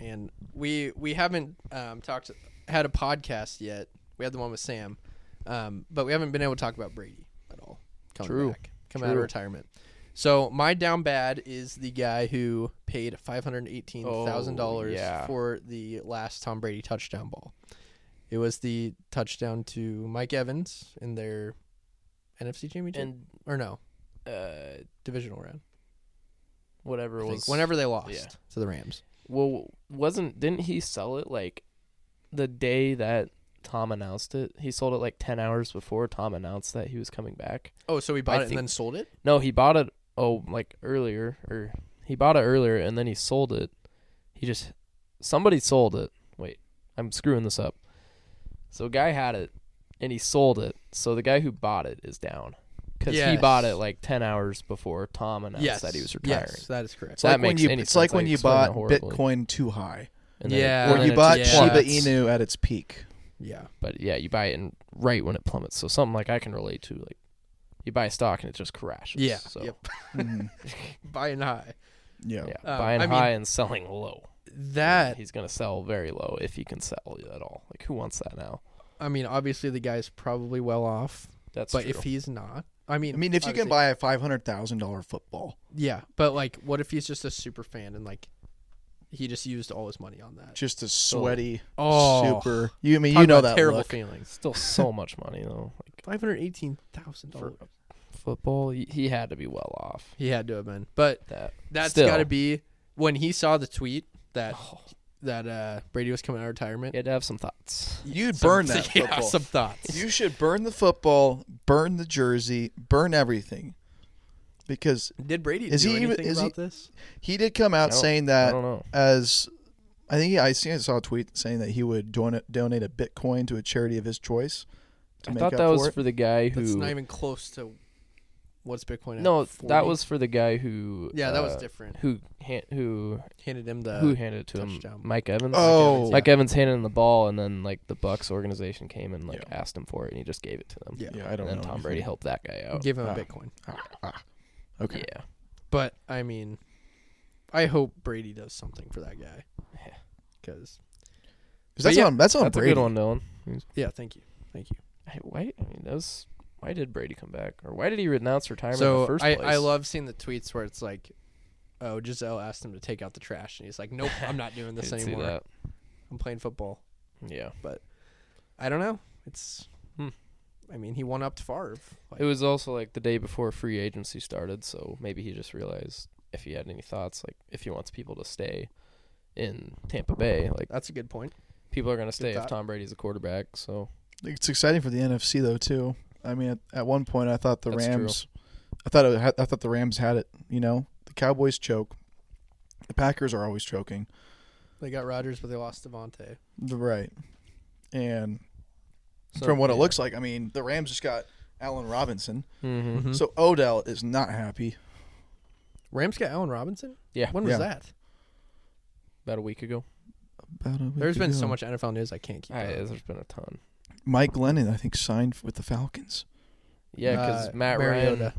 [SPEAKER 1] and we we haven't um, talked had a podcast yet. We had the one with Sam, um, but we haven't been able to talk about Brady at all. Coming
[SPEAKER 3] True.
[SPEAKER 1] back, coming out of
[SPEAKER 3] True.
[SPEAKER 1] retirement. So my down bad is the guy who paid five hundred eighteen thousand
[SPEAKER 3] Oh,
[SPEAKER 1] dollars
[SPEAKER 3] yeah.
[SPEAKER 1] for the last Tom Brady touchdown ball. It was the touchdown to Mike Evans in their NFC championship,
[SPEAKER 3] And
[SPEAKER 1] or no
[SPEAKER 3] uh,
[SPEAKER 1] divisional round
[SPEAKER 3] whatever it
[SPEAKER 1] think,
[SPEAKER 3] was.
[SPEAKER 1] whenever they lost
[SPEAKER 3] yeah.
[SPEAKER 1] to the Rams.
[SPEAKER 3] Well, wasn't didn't he sell it like the day that Tom announced it? He sold it like ten hours before Tom announced that he was coming back.
[SPEAKER 1] Oh, so we bought
[SPEAKER 3] I
[SPEAKER 1] it and
[SPEAKER 3] think-
[SPEAKER 1] then sold it.
[SPEAKER 3] No, he bought it. Oh, like earlier, or he bought it earlier and then he sold it. He just somebody sold it. Wait, I'm screwing this up. So a guy had it and he sold it. So the guy who bought it is down because he
[SPEAKER 1] Yes.
[SPEAKER 3] bought it like ten hours before Tom announced
[SPEAKER 1] yes,
[SPEAKER 3] that he was retiring.
[SPEAKER 1] Yes, that is correct.
[SPEAKER 3] So- That
[SPEAKER 2] like
[SPEAKER 3] makes
[SPEAKER 2] when you,
[SPEAKER 3] any
[SPEAKER 2] It's
[SPEAKER 3] sense.
[SPEAKER 2] like
[SPEAKER 3] I
[SPEAKER 2] when you
[SPEAKER 3] explained
[SPEAKER 2] bought
[SPEAKER 3] that horribly.
[SPEAKER 2] Bitcoin too high,
[SPEAKER 3] And then it-
[SPEAKER 1] Yeah.
[SPEAKER 3] and
[SPEAKER 2] or
[SPEAKER 1] When
[SPEAKER 3] then
[SPEAKER 2] you
[SPEAKER 3] it
[SPEAKER 2] bought
[SPEAKER 1] Yeah.
[SPEAKER 2] Shiba
[SPEAKER 3] plummets.
[SPEAKER 2] Inu at its peak.
[SPEAKER 1] yeah,
[SPEAKER 3] but yeah, you buy it in right when it plummets. So something like I can relate to, like you buy a stock and it just crashes.
[SPEAKER 1] yeah,
[SPEAKER 3] so
[SPEAKER 1] yep.
[SPEAKER 2] Mhm.
[SPEAKER 1] Buying high.
[SPEAKER 2] Yeah.
[SPEAKER 3] yeah,
[SPEAKER 1] Uh,
[SPEAKER 3] buying
[SPEAKER 1] I mean-
[SPEAKER 3] high and selling low.
[SPEAKER 1] That
[SPEAKER 3] he's gonna sell very low if he can sell at all. Like who wants that now?
[SPEAKER 1] I mean, obviously the guy's probably well off,
[SPEAKER 3] That's
[SPEAKER 1] but
[SPEAKER 3] true.
[SPEAKER 1] if he's not, I mean,
[SPEAKER 2] I mean, if you can
[SPEAKER 1] obviously-
[SPEAKER 2] buy a five hundred thousand dollar football,
[SPEAKER 1] yeah. But like, what if he's just a super fan and like, he just used all his money on that?
[SPEAKER 2] just a sweaty,
[SPEAKER 1] Oh.
[SPEAKER 2] super. You I mean
[SPEAKER 1] Talk
[SPEAKER 2] you know
[SPEAKER 1] about
[SPEAKER 2] that
[SPEAKER 1] terrible
[SPEAKER 2] look.
[SPEAKER 1] feelings.
[SPEAKER 3] still so much money though. Like
[SPEAKER 1] Five hundred eighteen thousand dollars.
[SPEAKER 3] football, he, he had to be well off.
[SPEAKER 1] He had to have been, but
[SPEAKER 3] That
[SPEAKER 1] that's
[SPEAKER 3] Still.
[SPEAKER 1] got to be when he saw the tweet that
[SPEAKER 3] oh,
[SPEAKER 1] that uh Brady was coming out of retirement.
[SPEAKER 3] he had to have some thoughts.
[SPEAKER 2] You'd
[SPEAKER 1] some-
[SPEAKER 2] burn that
[SPEAKER 1] yeah,
[SPEAKER 2] football.
[SPEAKER 1] some thoughts.
[SPEAKER 2] You should burn the football, burn the jersey, burn everything, because
[SPEAKER 1] Did Brady
[SPEAKER 2] Is
[SPEAKER 1] do
[SPEAKER 2] he even-
[SPEAKER 1] anything
[SPEAKER 2] is he-
[SPEAKER 1] about this?
[SPEAKER 2] he did come out
[SPEAKER 3] I don't-
[SPEAKER 2] saying
[SPEAKER 3] I
[SPEAKER 2] that
[SPEAKER 3] don't know.
[SPEAKER 2] as I think he, I see I saw a tweet saying that he would don- donate a Bitcoin to a charity of his choice. To
[SPEAKER 3] I
[SPEAKER 2] make
[SPEAKER 3] thought
[SPEAKER 2] up
[SPEAKER 3] that was
[SPEAKER 2] for
[SPEAKER 3] for,
[SPEAKER 2] it.
[SPEAKER 3] the guy who.
[SPEAKER 1] That's not even close to what's Bitcoin. At,
[SPEAKER 3] no,
[SPEAKER 1] 40?
[SPEAKER 3] that was for the guy who.
[SPEAKER 1] yeah, that was
[SPEAKER 3] uh,
[SPEAKER 1] different.
[SPEAKER 3] Who han- who
[SPEAKER 1] Handed him the
[SPEAKER 3] who handed it to
[SPEAKER 1] touchdown.
[SPEAKER 3] him? Mike Evans.
[SPEAKER 2] Oh,
[SPEAKER 3] Mike Evans handed him the ball, and then like the Bucks organization came and like asked him for it, and he just gave it to them.
[SPEAKER 1] Yeah.
[SPEAKER 2] yeah, I don't
[SPEAKER 3] and then
[SPEAKER 2] know.
[SPEAKER 3] Tom
[SPEAKER 2] anything.
[SPEAKER 3] Brady helped that guy out.
[SPEAKER 1] give him a
[SPEAKER 2] Ah.
[SPEAKER 1] Bitcoin.
[SPEAKER 2] Okay.
[SPEAKER 3] Yeah,
[SPEAKER 1] Oh, But I mean, I hope Brady does something for that guy.
[SPEAKER 3] Yeah.
[SPEAKER 1] Because
[SPEAKER 2] 'Cause
[SPEAKER 1] But
[SPEAKER 2] That's
[SPEAKER 1] yeah,
[SPEAKER 2] on that's on
[SPEAKER 3] that's
[SPEAKER 2] Brady.
[SPEAKER 3] a good one, Dylan.
[SPEAKER 1] yeah, thank you, thank you.
[SPEAKER 3] Hey, Why? I mean, that was, why did Brady come back, or why did he renounce retirement in
[SPEAKER 1] so
[SPEAKER 3] the first
[SPEAKER 1] I
[SPEAKER 3] place?
[SPEAKER 1] I love seeing the tweets where it's like, oh, Giselle asked him to take out the trash, and he's like, nope, I'm not doing this
[SPEAKER 3] Didn't see
[SPEAKER 1] anymore.
[SPEAKER 3] that.
[SPEAKER 1] I'm playing football.
[SPEAKER 3] Yeah.
[SPEAKER 1] I don't know. It's,
[SPEAKER 3] Hmm.
[SPEAKER 1] I mean, he won up to Favre. Like,
[SPEAKER 3] It was also like the day before free agency started, so maybe he just realized if he had any thoughts, like if he wants people to stay in Tampa Bay, like
[SPEAKER 1] that's a good point.
[SPEAKER 3] people are going to stay if
[SPEAKER 1] thought.
[SPEAKER 3] Tom Brady's a quarterback. So
[SPEAKER 2] It's exciting for the NFC though too. I mean, at, at one point I thought the
[SPEAKER 3] That's true.
[SPEAKER 2] Rams, I thought it, had- I thought the Rams had it. You know, the Cowboys choke. The Packers are always choking.
[SPEAKER 1] They got Rodgers, but they lost Devontae.
[SPEAKER 2] Right. And
[SPEAKER 1] So,
[SPEAKER 2] from what it
[SPEAKER 1] yeah.
[SPEAKER 2] looks like, I mean, the Rams just got Allen Robinson.
[SPEAKER 3] mm-hmm.
[SPEAKER 2] So Odell is not happy.
[SPEAKER 1] Rams got Allen Robinson.
[SPEAKER 3] Yeah.
[SPEAKER 1] When was
[SPEAKER 2] Yeah.
[SPEAKER 1] that?
[SPEAKER 3] about a week ago,
[SPEAKER 2] About a week
[SPEAKER 1] There's been so
[SPEAKER 2] ago.
[SPEAKER 1] much NFL news I can't keep.
[SPEAKER 3] I,
[SPEAKER 1] up.
[SPEAKER 3] there's been a ton.
[SPEAKER 2] Mike Lennon, I think, signed with the Falcons.
[SPEAKER 3] Yeah, because
[SPEAKER 1] Uh,
[SPEAKER 3] Matt Ryan,
[SPEAKER 1] Mariota.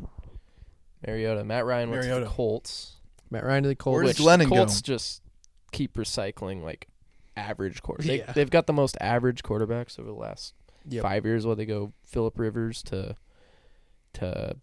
[SPEAKER 3] Mariota, Matt Ryan went to
[SPEAKER 2] Mariota.
[SPEAKER 3] the Colts.
[SPEAKER 1] Matt Ryan to the Colts.
[SPEAKER 2] Where does
[SPEAKER 3] which the
[SPEAKER 2] Glennon go?
[SPEAKER 3] Colts just keep recycling like average quarterbacks. They,
[SPEAKER 1] Yeah.
[SPEAKER 3] They've got the most average quarterbacks over the last
[SPEAKER 1] Yep.
[SPEAKER 3] five years. While they go Philip Rivers to to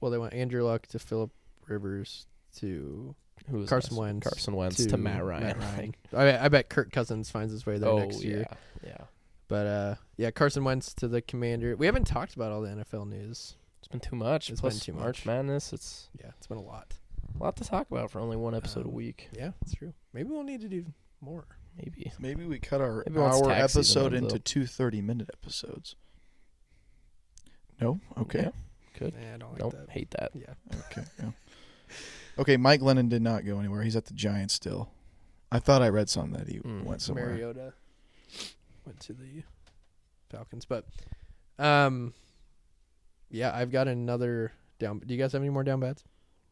[SPEAKER 1] Well, they went Andrew Luck to Philip Rivers to
[SPEAKER 3] who was
[SPEAKER 1] Carson
[SPEAKER 3] last?
[SPEAKER 1] Wentz
[SPEAKER 3] Carson Wentz to, Matt Ryan. Like,
[SPEAKER 1] I, bet- I bet Kirk Cousins finds his way there next year.
[SPEAKER 3] Yeah, yeah.
[SPEAKER 1] But uh, yeah, Carson Wentz to the Commander. We haven't talked about all the NFL news.
[SPEAKER 3] It's been too much.
[SPEAKER 1] It's
[SPEAKER 3] Plus
[SPEAKER 1] been too much.
[SPEAKER 3] March Madness. It's
[SPEAKER 1] Yeah, it's been a lot.
[SPEAKER 3] a lot to talk about for only one episode
[SPEAKER 1] Um,
[SPEAKER 3] a week.
[SPEAKER 1] Yeah, it's true. Maybe we'll need to do more.
[SPEAKER 3] Maybe.
[SPEAKER 2] Maybe we cut our
[SPEAKER 3] Maybe once
[SPEAKER 2] hour
[SPEAKER 3] tax season
[SPEAKER 2] episode
[SPEAKER 3] ends
[SPEAKER 2] into
[SPEAKER 3] up.
[SPEAKER 2] two 30 minute episodes. No? Okay.
[SPEAKER 3] Yeah.
[SPEAKER 1] Nah, I don't like
[SPEAKER 3] Nope.
[SPEAKER 1] that.
[SPEAKER 3] Hate that.
[SPEAKER 1] Yeah,
[SPEAKER 2] Okay. yeah. Okay, Mike Lennon did not go anywhere. He's at the Giants still. I thought I read something that he
[SPEAKER 3] Mm.
[SPEAKER 2] went somewhere.
[SPEAKER 1] Mariota went to the Falcons, but um, yeah, I've got another down. Do you guys have any more down bats?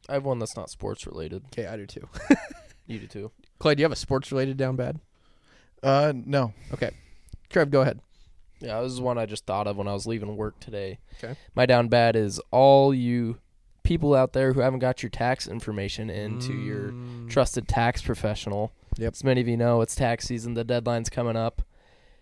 [SPEAKER 3] I have one that's not sports related.
[SPEAKER 1] Okay, I do too.
[SPEAKER 3] You do too.
[SPEAKER 1] Clay, do you have a sports related down bad?
[SPEAKER 2] Uh, no.
[SPEAKER 1] Trev, go ahead.
[SPEAKER 3] Yeah, this is one I just thought of when I was leaving work today.
[SPEAKER 1] 'Kay.
[SPEAKER 3] My down bad is all you people out there who haven't got your tax information into your
[SPEAKER 2] Mm.
[SPEAKER 3] trusted tax professional.
[SPEAKER 1] Mm. Yep.
[SPEAKER 3] As many of you know, it's tax season. The deadline's coming up.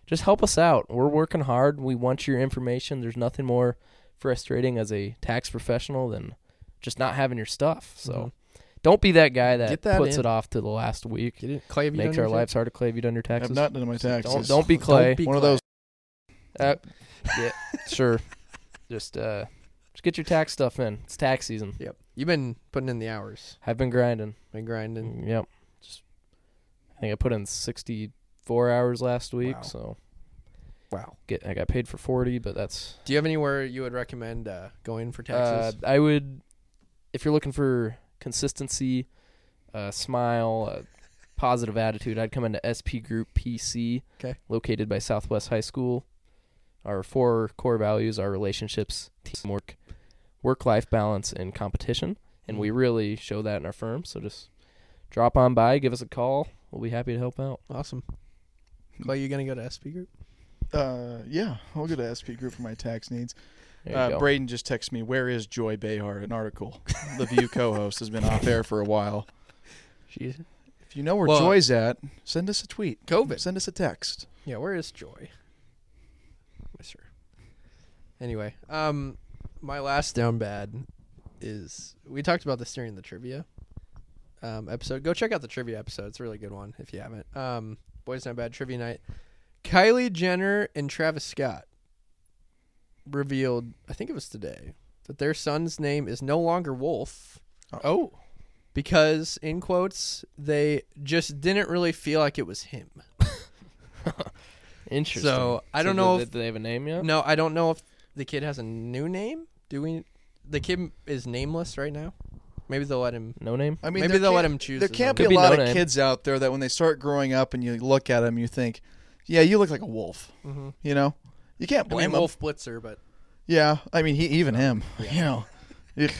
[SPEAKER 3] Just help us out. We're working hard. We want your information. There's nothing more frustrating as a tax professional than just not having your stuff. So
[SPEAKER 1] Mhm.
[SPEAKER 3] don't be that guy that,
[SPEAKER 1] Get that
[SPEAKER 3] puts
[SPEAKER 1] in.
[SPEAKER 3] it off to the last week.
[SPEAKER 1] Get it? Clay, have you
[SPEAKER 3] Makes
[SPEAKER 1] done
[SPEAKER 3] our
[SPEAKER 1] your
[SPEAKER 3] lives hard to clay. Have you done your
[SPEAKER 2] I have
[SPEAKER 3] taxes?
[SPEAKER 2] not done my taxes.
[SPEAKER 3] Don't, don't be Clay.
[SPEAKER 1] be
[SPEAKER 2] One of
[SPEAKER 1] Clay.
[SPEAKER 2] those.
[SPEAKER 3] Uh, yeah, sure. Just uh, just get your tax stuff in. It's tax season.
[SPEAKER 1] Yep. You've been putting in the hours,
[SPEAKER 3] I've been grinding.
[SPEAKER 1] been grinding.
[SPEAKER 3] Mm, Yep. Just, I think I put in sixty-four hours last week,
[SPEAKER 1] Wow.
[SPEAKER 3] so
[SPEAKER 1] Wow.
[SPEAKER 3] get I got paid for forty, but that's
[SPEAKER 1] Do you have anywhere you would recommend uh, going for
[SPEAKER 3] uh,
[SPEAKER 1] taxes?
[SPEAKER 3] I would if you're looking for consistency, uh, smile, uh, positive attitude. I'd come into SP Group PC,
[SPEAKER 1] 'Kay.
[SPEAKER 3] located by Southwest High School. Our four core values are relationships, teamwork, work-life balance, and competition. And
[SPEAKER 1] Mm-hmm.
[SPEAKER 3] we really show that in our firm. So just drop on by, give us a call. We'll be happy to help out.
[SPEAKER 1] awesome. Clay, you gonna go to SP Group?
[SPEAKER 2] Uh, yeah, I'll go to SP Group for my tax needs.
[SPEAKER 3] There you
[SPEAKER 2] Uh,
[SPEAKER 3] go.
[SPEAKER 2] Braden just texted me, "Where is Joy Behar?" An article. the View co-host has been off air for a while.
[SPEAKER 1] She's
[SPEAKER 2] If you know where
[SPEAKER 1] Well-
[SPEAKER 2] Joy's at, send us a tweet.
[SPEAKER 1] COVID.
[SPEAKER 2] Send us a text.
[SPEAKER 1] Yeah, where is Joy? Miss her. Anyway, um, my last down bad is we talked about this during the trivia um, episode. Go check out the trivia episode; it's a really good one if you haven't. Um, Boys Down Bad trivia night. Kylie Jenner and Travis Scott revealed, I think it was today, that their son's name is no longer Wolf
[SPEAKER 2] Oh,
[SPEAKER 1] because, in quotes, they just didn't really feel like it was him.
[SPEAKER 3] Interesting.
[SPEAKER 1] So, I don't know
[SPEAKER 3] did-
[SPEAKER 1] if-
[SPEAKER 3] did they have a name yet.
[SPEAKER 1] No, I don't know if the kid has a new name. Do we? The kid is nameless right now. Maybe they'll let him.
[SPEAKER 3] No name.
[SPEAKER 2] I mean,
[SPEAKER 1] maybe
[SPEAKER 2] there
[SPEAKER 1] they'll let
[SPEAKER 2] can't-
[SPEAKER 1] him choose.
[SPEAKER 2] There
[SPEAKER 1] his
[SPEAKER 2] can't
[SPEAKER 1] own-
[SPEAKER 2] be a
[SPEAKER 3] Could be
[SPEAKER 2] lot
[SPEAKER 3] no
[SPEAKER 2] of
[SPEAKER 3] name.
[SPEAKER 2] kids out there that when they start growing up and you look at them, you think, "Yeah, you look like a wolf."
[SPEAKER 1] Mhm.
[SPEAKER 2] You know, you can't
[SPEAKER 1] I mean,
[SPEAKER 2] blame them.
[SPEAKER 1] Wolf Blitzer, but
[SPEAKER 2] Yeah, I mean, he even him. You know, Ugh.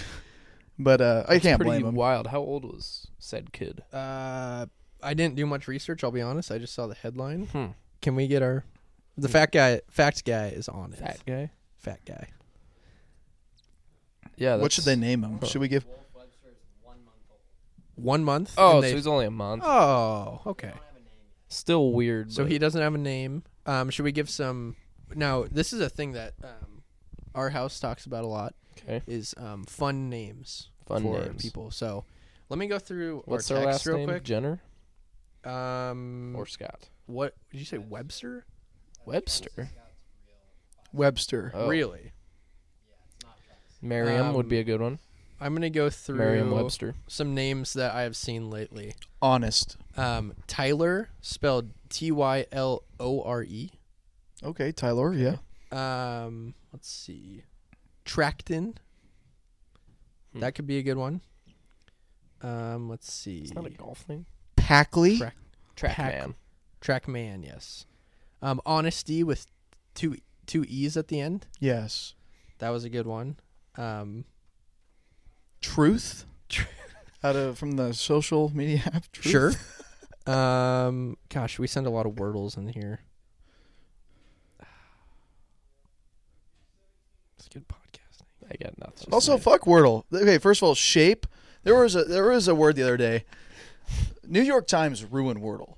[SPEAKER 2] but uh, I can't
[SPEAKER 3] Pretty
[SPEAKER 2] blame him.
[SPEAKER 3] wild. How old was said kid?
[SPEAKER 1] uh, I didn't do much research. I'll be honest. I just saw the headline.
[SPEAKER 3] Hmm.
[SPEAKER 1] Can we get our the fat guy? Fact guy is on it.
[SPEAKER 3] That guy.
[SPEAKER 1] Hmm. Fat guy.
[SPEAKER 3] Yeah.
[SPEAKER 2] What should they name him?
[SPEAKER 3] Huh.
[SPEAKER 2] Should we give?
[SPEAKER 1] One month.
[SPEAKER 3] Oh,
[SPEAKER 1] and they-
[SPEAKER 3] so he's only a month.
[SPEAKER 1] oh, okay.
[SPEAKER 3] Still weird.
[SPEAKER 1] So
[SPEAKER 3] but-
[SPEAKER 1] he doesn't have a name. Um, should we give some? Now, this is a thing that um, our house talks about a lot.
[SPEAKER 3] Okay.
[SPEAKER 1] is um, fun names
[SPEAKER 3] Fun
[SPEAKER 1] for
[SPEAKER 3] names.
[SPEAKER 1] people. So Let me go through
[SPEAKER 3] What's
[SPEAKER 1] our
[SPEAKER 3] their
[SPEAKER 1] text
[SPEAKER 3] last
[SPEAKER 1] real
[SPEAKER 3] name? Jenner
[SPEAKER 1] quick.
[SPEAKER 2] Mm.
[SPEAKER 1] Um,
[SPEAKER 3] or Scott?
[SPEAKER 1] what did you say? Webster?
[SPEAKER 3] Webster.
[SPEAKER 2] Webster.
[SPEAKER 3] Oh.
[SPEAKER 1] Really?
[SPEAKER 3] Merriam would
[SPEAKER 1] Um,
[SPEAKER 3] be a good one.
[SPEAKER 1] I'm gonna go through
[SPEAKER 3] Merriam
[SPEAKER 2] oh.
[SPEAKER 3] Webster.
[SPEAKER 1] some names that I have seen lately.
[SPEAKER 2] Honest.
[SPEAKER 1] Um, Tyler, spelled T Y L O R E.
[SPEAKER 2] Okay, Tyler. Yeah.
[SPEAKER 1] Um, let's see, Tracton.
[SPEAKER 3] Hmm.
[SPEAKER 1] That could be a good one. Um, let's see,
[SPEAKER 3] It's not a golf thing.
[SPEAKER 2] Packley.
[SPEAKER 1] Track-
[SPEAKER 3] Trackman.
[SPEAKER 1] Trackman. Yes. Um, honesty with two two e's at the end.
[SPEAKER 2] Yes.
[SPEAKER 1] That was a good one. Um,
[SPEAKER 2] Truth.
[SPEAKER 1] Tr-
[SPEAKER 2] Out of from the social media app. Truth?
[SPEAKER 1] sure. um, gosh, we send a lot of wordles in here. It's good podcasting.
[SPEAKER 3] I got nothing.
[SPEAKER 2] Also, fuck Wordle. Okay, first of all, shape. There was a there was a word the other day. New York Times ruined Wordle.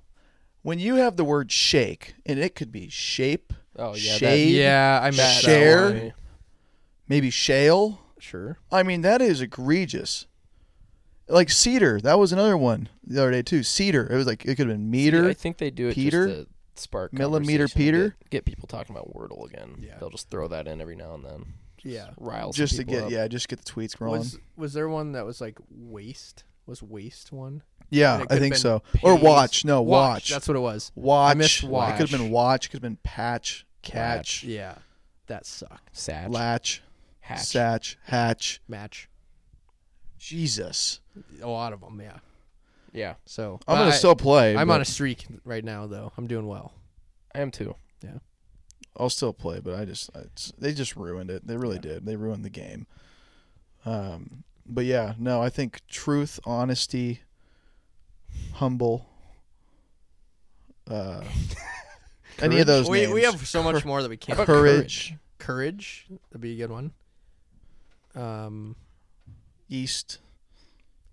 [SPEAKER 2] When you have the word shake, and it could be shape,
[SPEAKER 3] oh yeah,
[SPEAKER 2] Shade.
[SPEAKER 1] Yeah, I met
[SPEAKER 3] that, that
[SPEAKER 2] Share.
[SPEAKER 3] one.
[SPEAKER 2] maybe shale.
[SPEAKER 1] Sure.
[SPEAKER 2] I mean, that is egregious. Like cedar, that was another one the other day too. Cedar. It was like it could have been meter.
[SPEAKER 3] Yeah, I think they do it
[SPEAKER 2] Peter,
[SPEAKER 3] just to spark
[SPEAKER 2] millimeter
[SPEAKER 3] conversation and
[SPEAKER 2] Peter.
[SPEAKER 3] Get, get people talking about Wordle again.
[SPEAKER 1] Yeah.
[SPEAKER 3] They'll just throw that in every now and then.
[SPEAKER 1] Yeah.
[SPEAKER 3] Rile some
[SPEAKER 2] just to
[SPEAKER 3] people
[SPEAKER 2] get
[SPEAKER 3] up.
[SPEAKER 2] yeah, just get the tweets rolling.
[SPEAKER 1] Was was there one that was like waste? Was waste one? and it
[SPEAKER 2] yeah, Uh, I
[SPEAKER 1] could've
[SPEAKER 2] think
[SPEAKER 1] been
[SPEAKER 2] so. Or
[SPEAKER 1] pays-
[SPEAKER 2] watch. No, watch.
[SPEAKER 1] That's what it was.
[SPEAKER 2] watch.
[SPEAKER 1] I missed
[SPEAKER 2] It could have been watch. Could have been patch. Catch.
[SPEAKER 1] Yeah. That sucked.
[SPEAKER 3] Satch,
[SPEAKER 2] Latch.
[SPEAKER 3] hatch.
[SPEAKER 2] Satch. Hatch.
[SPEAKER 1] Match.
[SPEAKER 2] Jesus.
[SPEAKER 1] A lot of them. Yeah.
[SPEAKER 3] Yeah,
[SPEAKER 1] So
[SPEAKER 2] I'm
[SPEAKER 1] but
[SPEAKER 2] gonna
[SPEAKER 1] I,
[SPEAKER 2] still play.
[SPEAKER 1] I'm
[SPEAKER 2] but
[SPEAKER 1] on a streak right now though. I'm doing well.
[SPEAKER 3] I am too.
[SPEAKER 2] I'll still play, but I just it's, they just ruined it. They really did. They ruined the game. Um, but yeah, no, I think truth, honesty, humble. Uh, any of those.
[SPEAKER 1] We, we
[SPEAKER 2] names.
[SPEAKER 1] have so much more that we can't.
[SPEAKER 3] How about
[SPEAKER 2] courage,
[SPEAKER 1] Courage. That'd be a good one. Um,
[SPEAKER 2] East,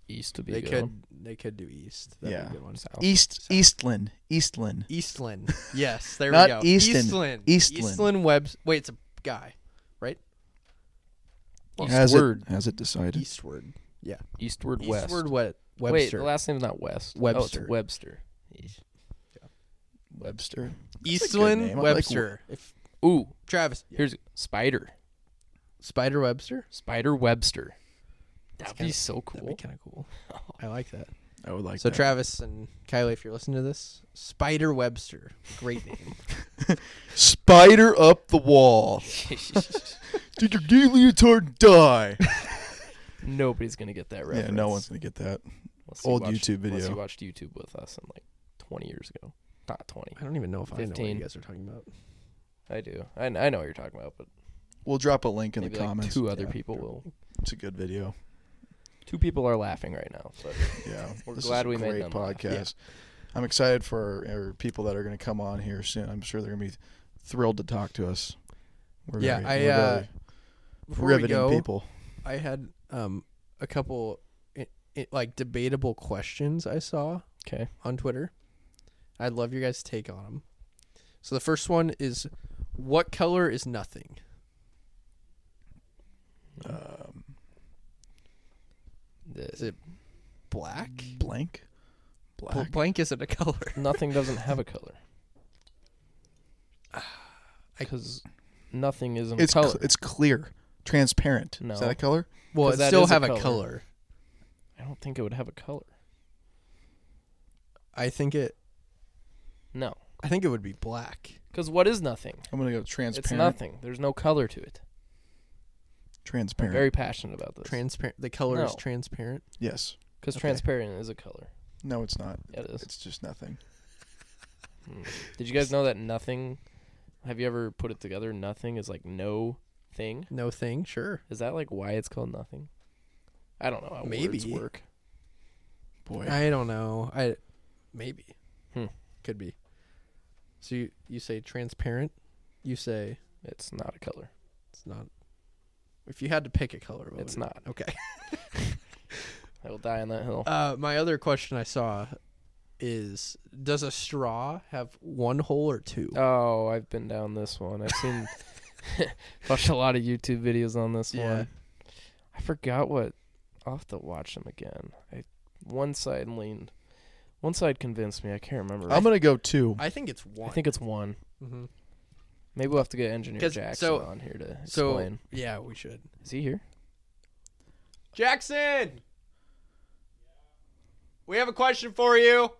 [SPEAKER 3] East would be
[SPEAKER 1] they
[SPEAKER 3] a good.
[SPEAKER 1] could
[SPEAKER 3] one.
[SPEAKER 1] they could do East. That'd
[SPEAKER 2] Yeah.
[SPEAKER 1] be a good one.
[SPEAKER 3] South.
[SPEAKER 2] East, Eastland, Eastland.
[SPEAKER 1] Eastland. Yes, there
[SPEAKER 2] Not
[SPEAKER 1] we go.
[SPEAKER 2] Easton.
[SPEAKER 1] Eastland.
[SPEAKER 2] Eastland.
[SPEAKER 1] Eastland Webs. Wait, it's a guy.
[SPEAKER 2] Has
[SPEAKER 3] Eastward.
[SPEAKER 2] it has it decided?
[SPEAKER 1] Eastward.
[SPEAKER 3] Eastward West.
[SPEAKER 1] Eastward Wet.
[SPEAKER 3] Wait,
[SPEAKER 1] Webster.
[SPEAKER 3] the last name's not West. Oh,
[SPEAKER 1] Webster.
[SPEAKER 3] it's Webster.
[SPEAKER 2] Webster.
[SPEAKER 1] Eastland
[SPEAKER 2] name. I like
[SPEAKER 1] Webster. if
[SPEAKER 3] Ooh,
[SPEAKER 1] Travis
[SPEAKER 3] here's Spider.
[SPEAKER 1] Spider Webster.
[SPEAKER 3] Spider Webster.
[SPEAKER 1] That's
[SPEAKER 3] That'd be
[SPEAKER 1] kinda-
[SPEAKER 3] so cool.
[SPEAKER 1] That'd be kind of cool. I like that.
[SPEAKER 2] I would like
[SPEAKER 1] so
[SPEAKER 2] that.
[SPEAKER 1] Travis and Kylie, if you're listening to this, Spider Webster, great name.
[SPEAKER 2] Spider up the wall. Did your gay leotard die?
[SPEAKER 3] Nobody's gonna get that reference.
[SPEAKER 2] yeah, no one's gonna get that.
[SPEAKER 3] Unless you
[SPEAKER 2] old
[SPEAKER 3] watched-
[SPEAKER 2] YouTube
[SPEAKER 3] unless
[SPEAKER 2] video.
[SPEAKER 3] you watched YouTube with us in like 20 years ago. Not 20.
[SPEAKER 1] I don't even know if I know what
[SPEAKER 3] 15.
[SPEAKER 1] you guys are talking about.
[SPEAKER 3] I do. I, kn- I know what you're talking about, but
[SPEAKER 2] We'll drop a link in
[SPEAKER 3] maybe
[SPEAKER 2] the
[SPEAKER 3] like
[SPEAKER 2] comments.
[SPEAKER 3] two other
[SPEAKER 1] Yeah.
[SPEAKER 3] people will.
[SPEAKER 2] It's a good video.
[SPEAKER 3] Two people are laughing right now. But
[SPEAKER 2] Yeah,
[SPEAKER 3] We're
[SPEAKER 2] this
[SPEAKER 3] glad
[SPEAKER 2] is a
[SPEAKER 3] we made
[SPEAKER 2] great
[SPEAKER 3] them laugh.
[SPEAKER 2] podcast. I'm excited for our, our people that are going to come on here soon. I'm sure they're going to be thrilled to talk to us. We're
[SPEAKER 1] Yeah,
[SPEAKER 2] very-
[SPEAKER 1] I,
[SPEAKER 2] we're
[SPEAKER 1] uh,
[SPEAKER 2] very
[SPEAKER 1] Before
[SPEAKER 2] riveting
[SPEAKER 1] we go,
[SPEAKER 2] people.
[SPEAKER 1] I had um a couple i i like debatable questions I saw
[SPEAKER 3] okay.
[SPEAKER 1] on Twitter. I'd love your guys' take on them. So the first one is, what color is nothing?
[SPEAKER 2] Um,
[SPEAKER 1] Is it black?
[SPEAKER 2] blank,
[SPEAKER 1] Bl-
[SPEAKER 2] black.
[SPEAKER 1] blank isn't a color.
[SPEAKER 3] nothing doesn't have a color.
[SPEAKER 1] I-
[SPEAKER 3] Because nothing isn't
[SPEAKER 2] It's
[SPEAKER 3] a color.
[SPEAKER 2] cl- it's clear, transparent.
[SPEAKER 3] No.
[SPEAKER 2] Is that a color?
[SPEAKER 1] Well,
[SPEAKER 3] 'Cause
[SPEAKER 1] it
[SPEAKER 3] that
[SPEAKER 1] still
[SPEAKER 3] is a
[SPEAKER 1] have a color.
[SPEAKER 3] color. I don't think it would have a color.
[SPEAKER 1] I think it.
[SPEAKER 3] No.
[SPEAKER 1] I think it would be black.
[SPEAKER 3] Because what is nothing?
[SPEAKER 2] I'm going to go
[SPEAKER 3] It's
[SPEAKER 2] transparent.
[SPEAKER 3] nothing. There's no color to it. I'm
[SPEAKER 2] Transparent.
[SPEAKER 3] very passionate about this.
[SPEAKER 1] Transparent. The color is
[SPEAKER 3] No.
[SPEAKER 1] transparent.
[SPEAKER 2] yes.
[SPEAKER 3] Because
[SPEAKER 1] okay.
[SPEAKER 3] transparent is a color.
[SPEAKER 2] No, it's not.
[SPEAKER 3] Yeah, it is.
[SPEAKER 2] It's just nothing.
[SPEAKER 3] Did you guys know that nothing? Have you ever put it together? Nothing is like no thing.
[SPEAKER 1] No thing. Sure.
[SPEAKER 3] Is that like why it's called nothing? I don't know how words
[SPEAKER 1] Maybe.
[SPEAKER 3] work.
[SPEAKER 2] Boy,
[SPEAKER 1] I don't know. I maybe.
[SPEAKER 3] Hmm.
[SPEAKER 1] Could be. So you you say transparent. You say
[SPEAKER 3] It's not a color.
[SPEAKER 1] it's not. If you had to pick a color, what
[SPEAKER 3] It's
[SPEAKER 1] would it-
[SPEAKER 3] not.
[SPEAKER 1] Okay.
[SPEAKER 3] I will die on that hill.
[SPEAKER 1] Uh, my other question I saw is: Does a straw have one hole or two?
[SPEAKER 3] Oh, I've been down this one. I've seen watched a lot of YouTube videos on this
[SPEAKER 1] Yeah.
[SPEAKER 3] one. I forgot what. I'll have to watch them again. I one side leaned. One side convinced me. I can't remember.
[SPEAKER 2] I'm gonna go two.
[SPEAKER 1] I think it's one.
[SPEAKER 3] I think it's one.
[SPEAKER 1] hmm
[SPEAKER 3] Maybe we'll have to get engineer
[SPEAKER 1] 'Cause-
[SPEAKER 3] Jackson
[SPEAKER 1] so-
[SPEAKER 3] on here to
[SPEAKER 1] so-
[SPEAKER 3] explain.
[SPEAKER 1] Yeah, we should.
[SPEAKER 3] Is he here?
[SPEAKER 1] Jackson, we have a question for you.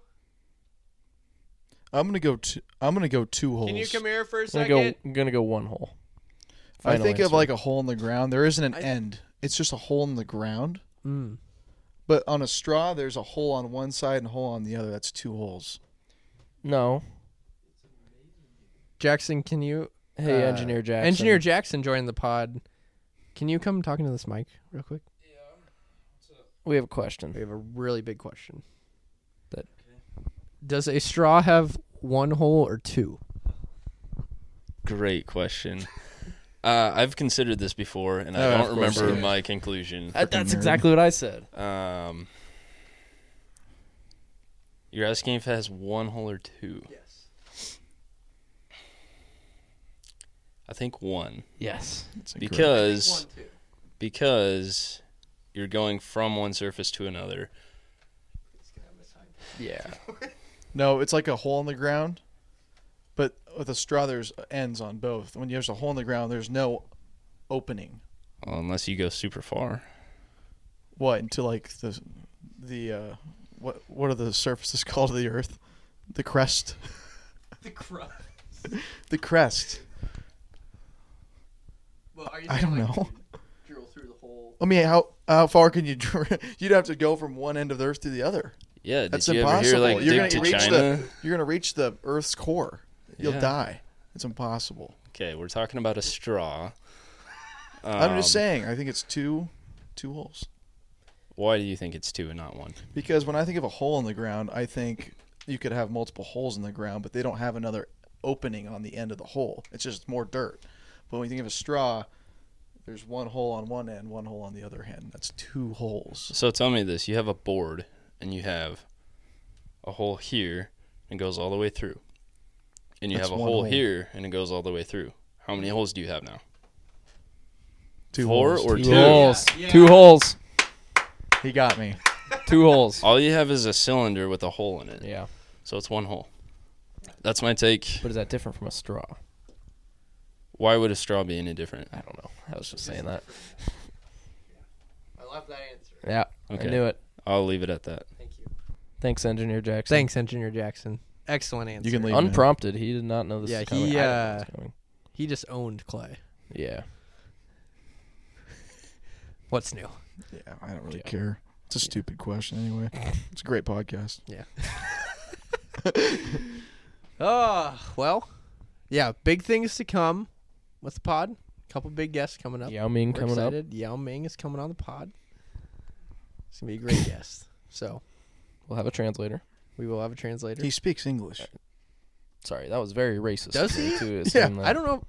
[SPEAKER 2] I'm gonna go two. I'm gonna go two holes.
[SPEAKER 1] Can you come here for a
[SPEAKER 3] I'm
[SPEAKER 1] second?
[SPEAKER 3] gonna go. I'm gonna go one hole.
[SPEAKER 2] I
[SPEAKER 3] Final
[SPEAKER 2] think of
[SPEAKER 3] answer.
[SPEAKER 2] like a hole in the ground. There isn't an
[SPEAKER 1] I-
[SPEAKER 2] end. It's just a hole in the ground.
[SPEAKER 1] Mm.
[SPEAKER 2] But on a straw, there's a hole on one side and a hole on the other. That's two holes.
[SPEAKER 3] no.
[SPEAKER 1] Jackson, can you?
[SPEAKER 3] Hey,
[SPEAKER 1] uh,
[SPEAKER 3] engineer Jackson.
[SPEAKER 1] Engineer Jackson joined the pod. Can you come talking to this mic real quick?
[SPEAKER 3] we have a question.
[SPEAKER 1] We have a really big question.
[SPEAKER 3] That-
[SPEAKER 1] Does a straw have one hole or two?
[SPEAKER 4] Great question. Uh, I've considered this before, and I
[SPEAKER 2] Oh,
[SPEAKER 4] don't
[SPEAKER 2] of course,
[SPEAKER 4] remember
[SPEAKER 2] yeah.
[SPEAKER 4] my conclusion.
[SPEAKER 3] Uh, that's
[SPEAKER 2] nerd.
[SPEAKER 3] exactly what I said.
[SPEAKER 4] Um, you're asking if it has one hole or two.
[SPEAKER 1] Yes.
[SPEAKER 4] I think one
[SPEAKER 3] Yes.
[SPEAKER 2] That's incorrect.
[SPEAKER 4] because because you're going from one surface to another.
[SPEAKER 3] Yeah.
[SPEAKER 2] no, it's like a hole in the ground. But with a straw, there's ends on both. When there's a hole in the ground, there's no opening.
[SPEAKER 4] Well, unless you go super far.
[SPEAKER 2] What into like the the uh, what what are the surfaces called of the Earth? The crest.
[SPEAKER 1] The crust.
[SPEAKER 2] The crest.
[SPEAKER 1] Well, are you
[SPEAKER 2] I don't know.
[SPEAKER 1] Drill through the hole.
[SPEAKER 2] I mean, how how far can you? dr- You'd have to go from one end of the Earth to the other.
[SPEAKER 4] Yeah, did
[SPEAKER 2] That's
[SPEAKER 4] you
[SPEAKER 2] impossible.
[SPEAKER 4] ever
[SPEAKER 2] you're
[SPEAKER 4] hear like dig to
[SPEAKER 2] reach
[SPEAKER 4] China?
[SPEAKER 2] the you're gonna reach the Earth's core. You'll
[SPEAKER 4] Yeah.
[SPEAKER 2] die. It's impossible.
[SPEAKER 4] Okay, we're talking about a straw.
[SPEAKER 2] I'm just
[SPEAKER 4] Um,
[SPEAKER 2] saying. I think it's two two holes
[SPEAKER 4] Why do you think it's two and not one?
[SPEAKER 2] because when I think of a hole in the ground, I think you could have multiple holes in the ground, but they don't have another opening on the end of the hole. It's just more dirt. But when you think of a straw, there's one hole on one end, one hole on the other end. That's two holes.
[SPEAKER 4] So tell me this: you have a board, and you have a hole here, and it goes all the way through, and you
[SPEAKER 2] That's
[SPEAKER 4] have a
[SPEAKER 2] one
[SPEAKER 4] hole,
[SPEAKER 2] hole.
[SPEAKER 4] here, and it goes all the way through. How many holes do you have now?
[SPEAKER 2] Two
[SPEAKER 4] Four
[SPEAKER 2] holes.
[SPEAKER 4] or
[SPEAKER 3] Two,
[SPEAKER 4] two?
[SPEAKER 3] holes.
[SPEAKER 1] Yeah.
[SPEAKER 3] Two holes.
[SPEAKER 2] He got me.
[SPEAKER 3] Two holes.
[SPEAKER 4] All you have is a cylinder with a hole in it,
[SPEAKER 3] Yeah.
[SPEAKER 4] so it's one hole. That's my take.
[SPEAKER 3] But is that different from a straw?
[SPEAKER 4] Why would a straw be any different?
[SPEAKER 3] I don't know. I was just saying that.
[SPEAKER 1] I love that answer.
[SPEAKER 3] Yeah.
[SPEAKER 4] Okay.
[SPEAKER 3] I knew it.
[SPEAKER 4] I'll leave it at that.
[SPEAKER 1] Thank you.
[SPEAKER 3] Thanks, engineer Jackson.
[SPEAKER 1] Thanks, Engineer Jackson. Excellent answer.
[SPEAKER 2] You can leave. now.
[SPEAKER 3] Unprompted. He did not know this
[SPEAKER 1] Yeah,
[SPEAKER 3] was coming.
[SPEAKER 1] he,
[SPEAKER 3] I didn't know this
[SPEAKER 1] uh,
[SPEAKER 3] was coming.
[SPEAKER 1] He just owned Clay.
[SPEAKER 3] Yeah.
[SPEAKER 1] What's new?
[SPEAKER 2] Yeah, I don't really
[SPEAKER 3] Yeah.
[SPEAKER 2] care. It's a stupid question anyway. It's a great podcast.
[SPEAKER 1] Oh, well, yeah, big things to come with the pod. couple big guests coming up.
[SPEAKER 3] Yao Ming
[SPEAKER 1] We're
[SPEAKER 3] coming up.
[SPEAKER 1] excited. Yao Ming is coming on the pod. It's gonna be a great guest. So
[SPEAKER 3] We'll have a translator.
[SPEAKER 1] we will have a translator.
[SPEAKER 2] He speaks English.
[SPEAKER 3] Sorry, that was very racist.
[SPEAKER 1] Does
[SPEAKER 3] of me
[SPEAKER 1] he?
[SPEAKER 3] To
[SPEAKER 2] Yeah,
[SPEAKER 3] assume that.
[SPEAKER 1] I don't know.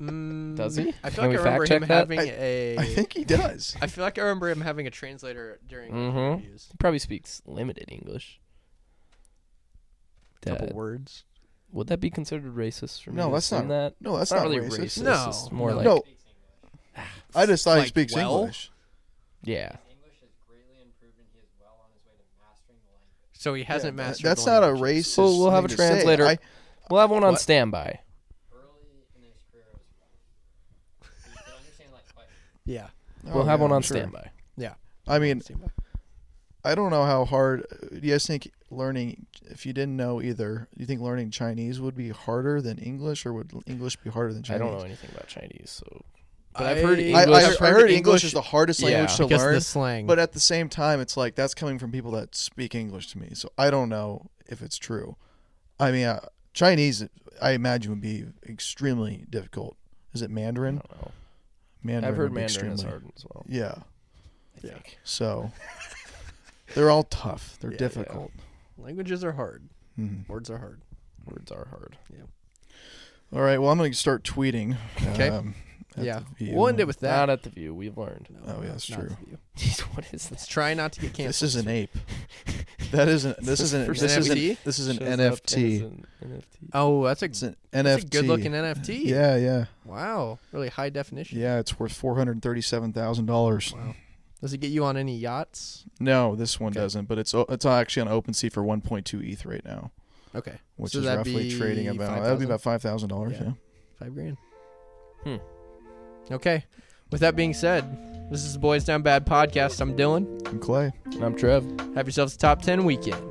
[SPEAKER 1] Mm,
[SPEAKER 3] Does he?
[SPEAKER 1] I
[SPEAKER 3] Can
[SPEAKER 1] feel like
[SPEAKER 3] we
[SPEAKER 1] I remember
[SPEAKER 3] fact check
[SPEAKER 1] him
[SPEAKER 3] that?
[SPEAKER 1] having
[SPEAKER 2] I-
[SPEAKER 1] a.
[SPEAKER 2] I think he does.
[SPEAKER 1] I feel like I remember him having a translator during
[SPEAKER 3] Mhm.
[SPEAKER 1] interviews.
[SPEAKER 3] He probably speaks limited English.
[SPEAKER 1] couple
[SPEAKER 3] That-
[SPEAKER 1] words.
[SPEAKER 3] would that be considered racist for me?
[SPEAKER 2] No,
[SPEAKER 3] to
[SPEAKER 2] that's not-
[SPEAKER 3] assume That?
[SPEAKER 2] No, that's
[SPEAKER 3] It's
[SPEAKER 2] not,
[SPEAKER 3] not really
[SPEAKER 2] racist.
[SPEAKER 3] racist.
[SPEAKER 1] No,
[SPEAKER 3] It's more
[SPEAKER 1] no.
[SPEAKER 3] like Ah,
[SPEAKER 2] no, I just thought he
[SPEAKER 1] Like,
[SPEAKER 2] speaks
[SPEAKER 1] well?
[SPEAKER 2] English.
[SPEAKER 3] yeah.
[SPEAKER 5] His English has greatly improved and he is well on his way to mastering the language.
[SPEAKER 1] So he hasn't
[SPEAKER 2] Yeah,
[SPEAKER 1] mastered.
[SPEAKER 2] That's
[SPEAKER 1] the
[SPEAKER 2] not a
[SPEAKER 1] language.
[SPEAKER 2] racist.
[SPEAKER 3] Well, we'll
[SPEAKER 2] thing
[SPEAKER 3] have a
[SPEAKER 2] to say.
[SPEAKER 3] translator.
[SPEAKER 2] I,
[SPEAKER 3] We'll have one on
[SPEAKER 1] What?
[SPEAKER 3] standby.
[SPEAKER 5] Early in his career it was rough. So you can understand like quite
[SPEAKER 1] Yeah.
[SPEAKER 3] We'll
[SPEAKER 2] oh,
[SPEAKER 3] have
[SPEAKER 2] yeah,
[SPEAKER 3] one on
[SPEAKER 2] I'm sure.
[SPEAKER 3] standby.
[SPEAKER 2] I mean, I don't know how hard. Do you guys think learning, if you didn't know either, do you think learning Chinese would be harder than English, or would English be harder than Chinese?
[SPEAKER 3] I don't know anything about Chinese, so But I've heard
[SPEAKER 2] I,
[SPEAKER 3] English-
[SPEAKER 2] I,
[SPEAKER 3] I've
[SPEAKER 2] I heard English is the hardest
[SPEAKER 3] Yeah.
[SPEAKER 2] language to
[SPEAKER 1] because of
[SPEAKER 2] learn.
[SPEAKER 1] the slang.
[SPEAKER 2] But at the same time, it's like that's coming from people that speak English to me, so I don't know if it's true. I mean, uh, Chinese, I imagine, would be extremely difficult. Is it
[SPEAKER 3] I
[SPEAKER 2] Mandarin?
[SPEAKER 3] don't know.
[SPEAKER 2] Mandarin.
[SPEAKER 3] I've heard
[SPEAKER 2] would be
[SPEAKER 3] Mandarin is
[SPEAKER 2] extremely-
[SPEAKER 3] hard as well.
[SPEAKER 2] Yeah.
[SPEAKER 3] I think.
[SPEAKER 2] So they're all tough. They're
[SPEAKER 1] Yeah,
[SPEAKER 2] difficult.
[SPEAKER 1] languages are hard.
[SPEAKER 2] Mhm.
[SPEAKER 1] Words are hard.
[SPEAKER 3] Words are hard.
[SPEAKER 2] All right. Well, I'm going to start tweeting.
[SPEAKER 1] Okay.
[SPEAKER 2] um, at
[SPEAKER 1] Yeah.
[SPEAKER 2] the view.
[SPEAKER 1] We'll end it with that.
[SPEAKER 3] Not at the view. We've learned.
[SPEAKER 1] No,
[SPEAKER 2] Oh, yeah, that's
[SPEAKER 1] not
[SPEAKER 2] true.
[SPEAKER 1] to you.
[SPEAKER 3] Jeez, what is
[SPEAKER 1] Let's
[SPEAKER 3] this?
[SPEAKER 1] try not to get canceled.
[SPEAKER 2] This is an ape. That isn't. This is an.
[SPEAKER 1] An
[SPEAKER 2] This is an.
[SPEAKER 1] NFT?
[SPEAKER 2] This is an
[SPEAKER 3] Shows up as
[SPEAKER 2] NFT.
[SPEAKER 3] an NFT.
[SPEAKER 1] Oh, that's a,
[SPEAKER 2] It's an
[SPEAKER 1] that's a
[SPEAKER 2] NFT.
[SPEAKER 1] good looking NFT.
[SPEAKER 2] Yeah, yeah,
[SPEAKER 1] Wow. Really high definition.
[SPEAKER 2] yeah. It's worth four hundred thirty-seven thousand dollars.
[SPEAKER 1] Wow. Does it get you on any yachts?
[SPEAKER 2] No, this one
[SPEAKER 1] Okay.
[SPEAKER 2] doesn't, but it's o- it's actually on OpenSea for 1.2 ETH E right now,
[SPEAKER 1] Okay,
[SPEAKER 2] which
[SPEAKER 1] So
[SPEAKER 2] is
[SPEAKER 1] that'd
[SPEAKER 2] roughly
[SPEAKER 1] be
[SPEAKER 2] trading about that would be
[SPEAKER 1] 5,000?
[SPEAKER 2] about five thousand dollars.
[SPEAKER 1] Yeah.
[SPEAKER 2] Yeah.
[SPEAKER 1] five grand.
[SPEAKER 3] Hmm.
[SPEAKER 1] Okay. With that being said, this is the Boys Down Bad podcast. I'm Dylan.
[SPEAKER 2] And Clay.
[SPEAKER 3] And I'm Trev.
[SPEAKER 1] Have yourselves a top ten weekend.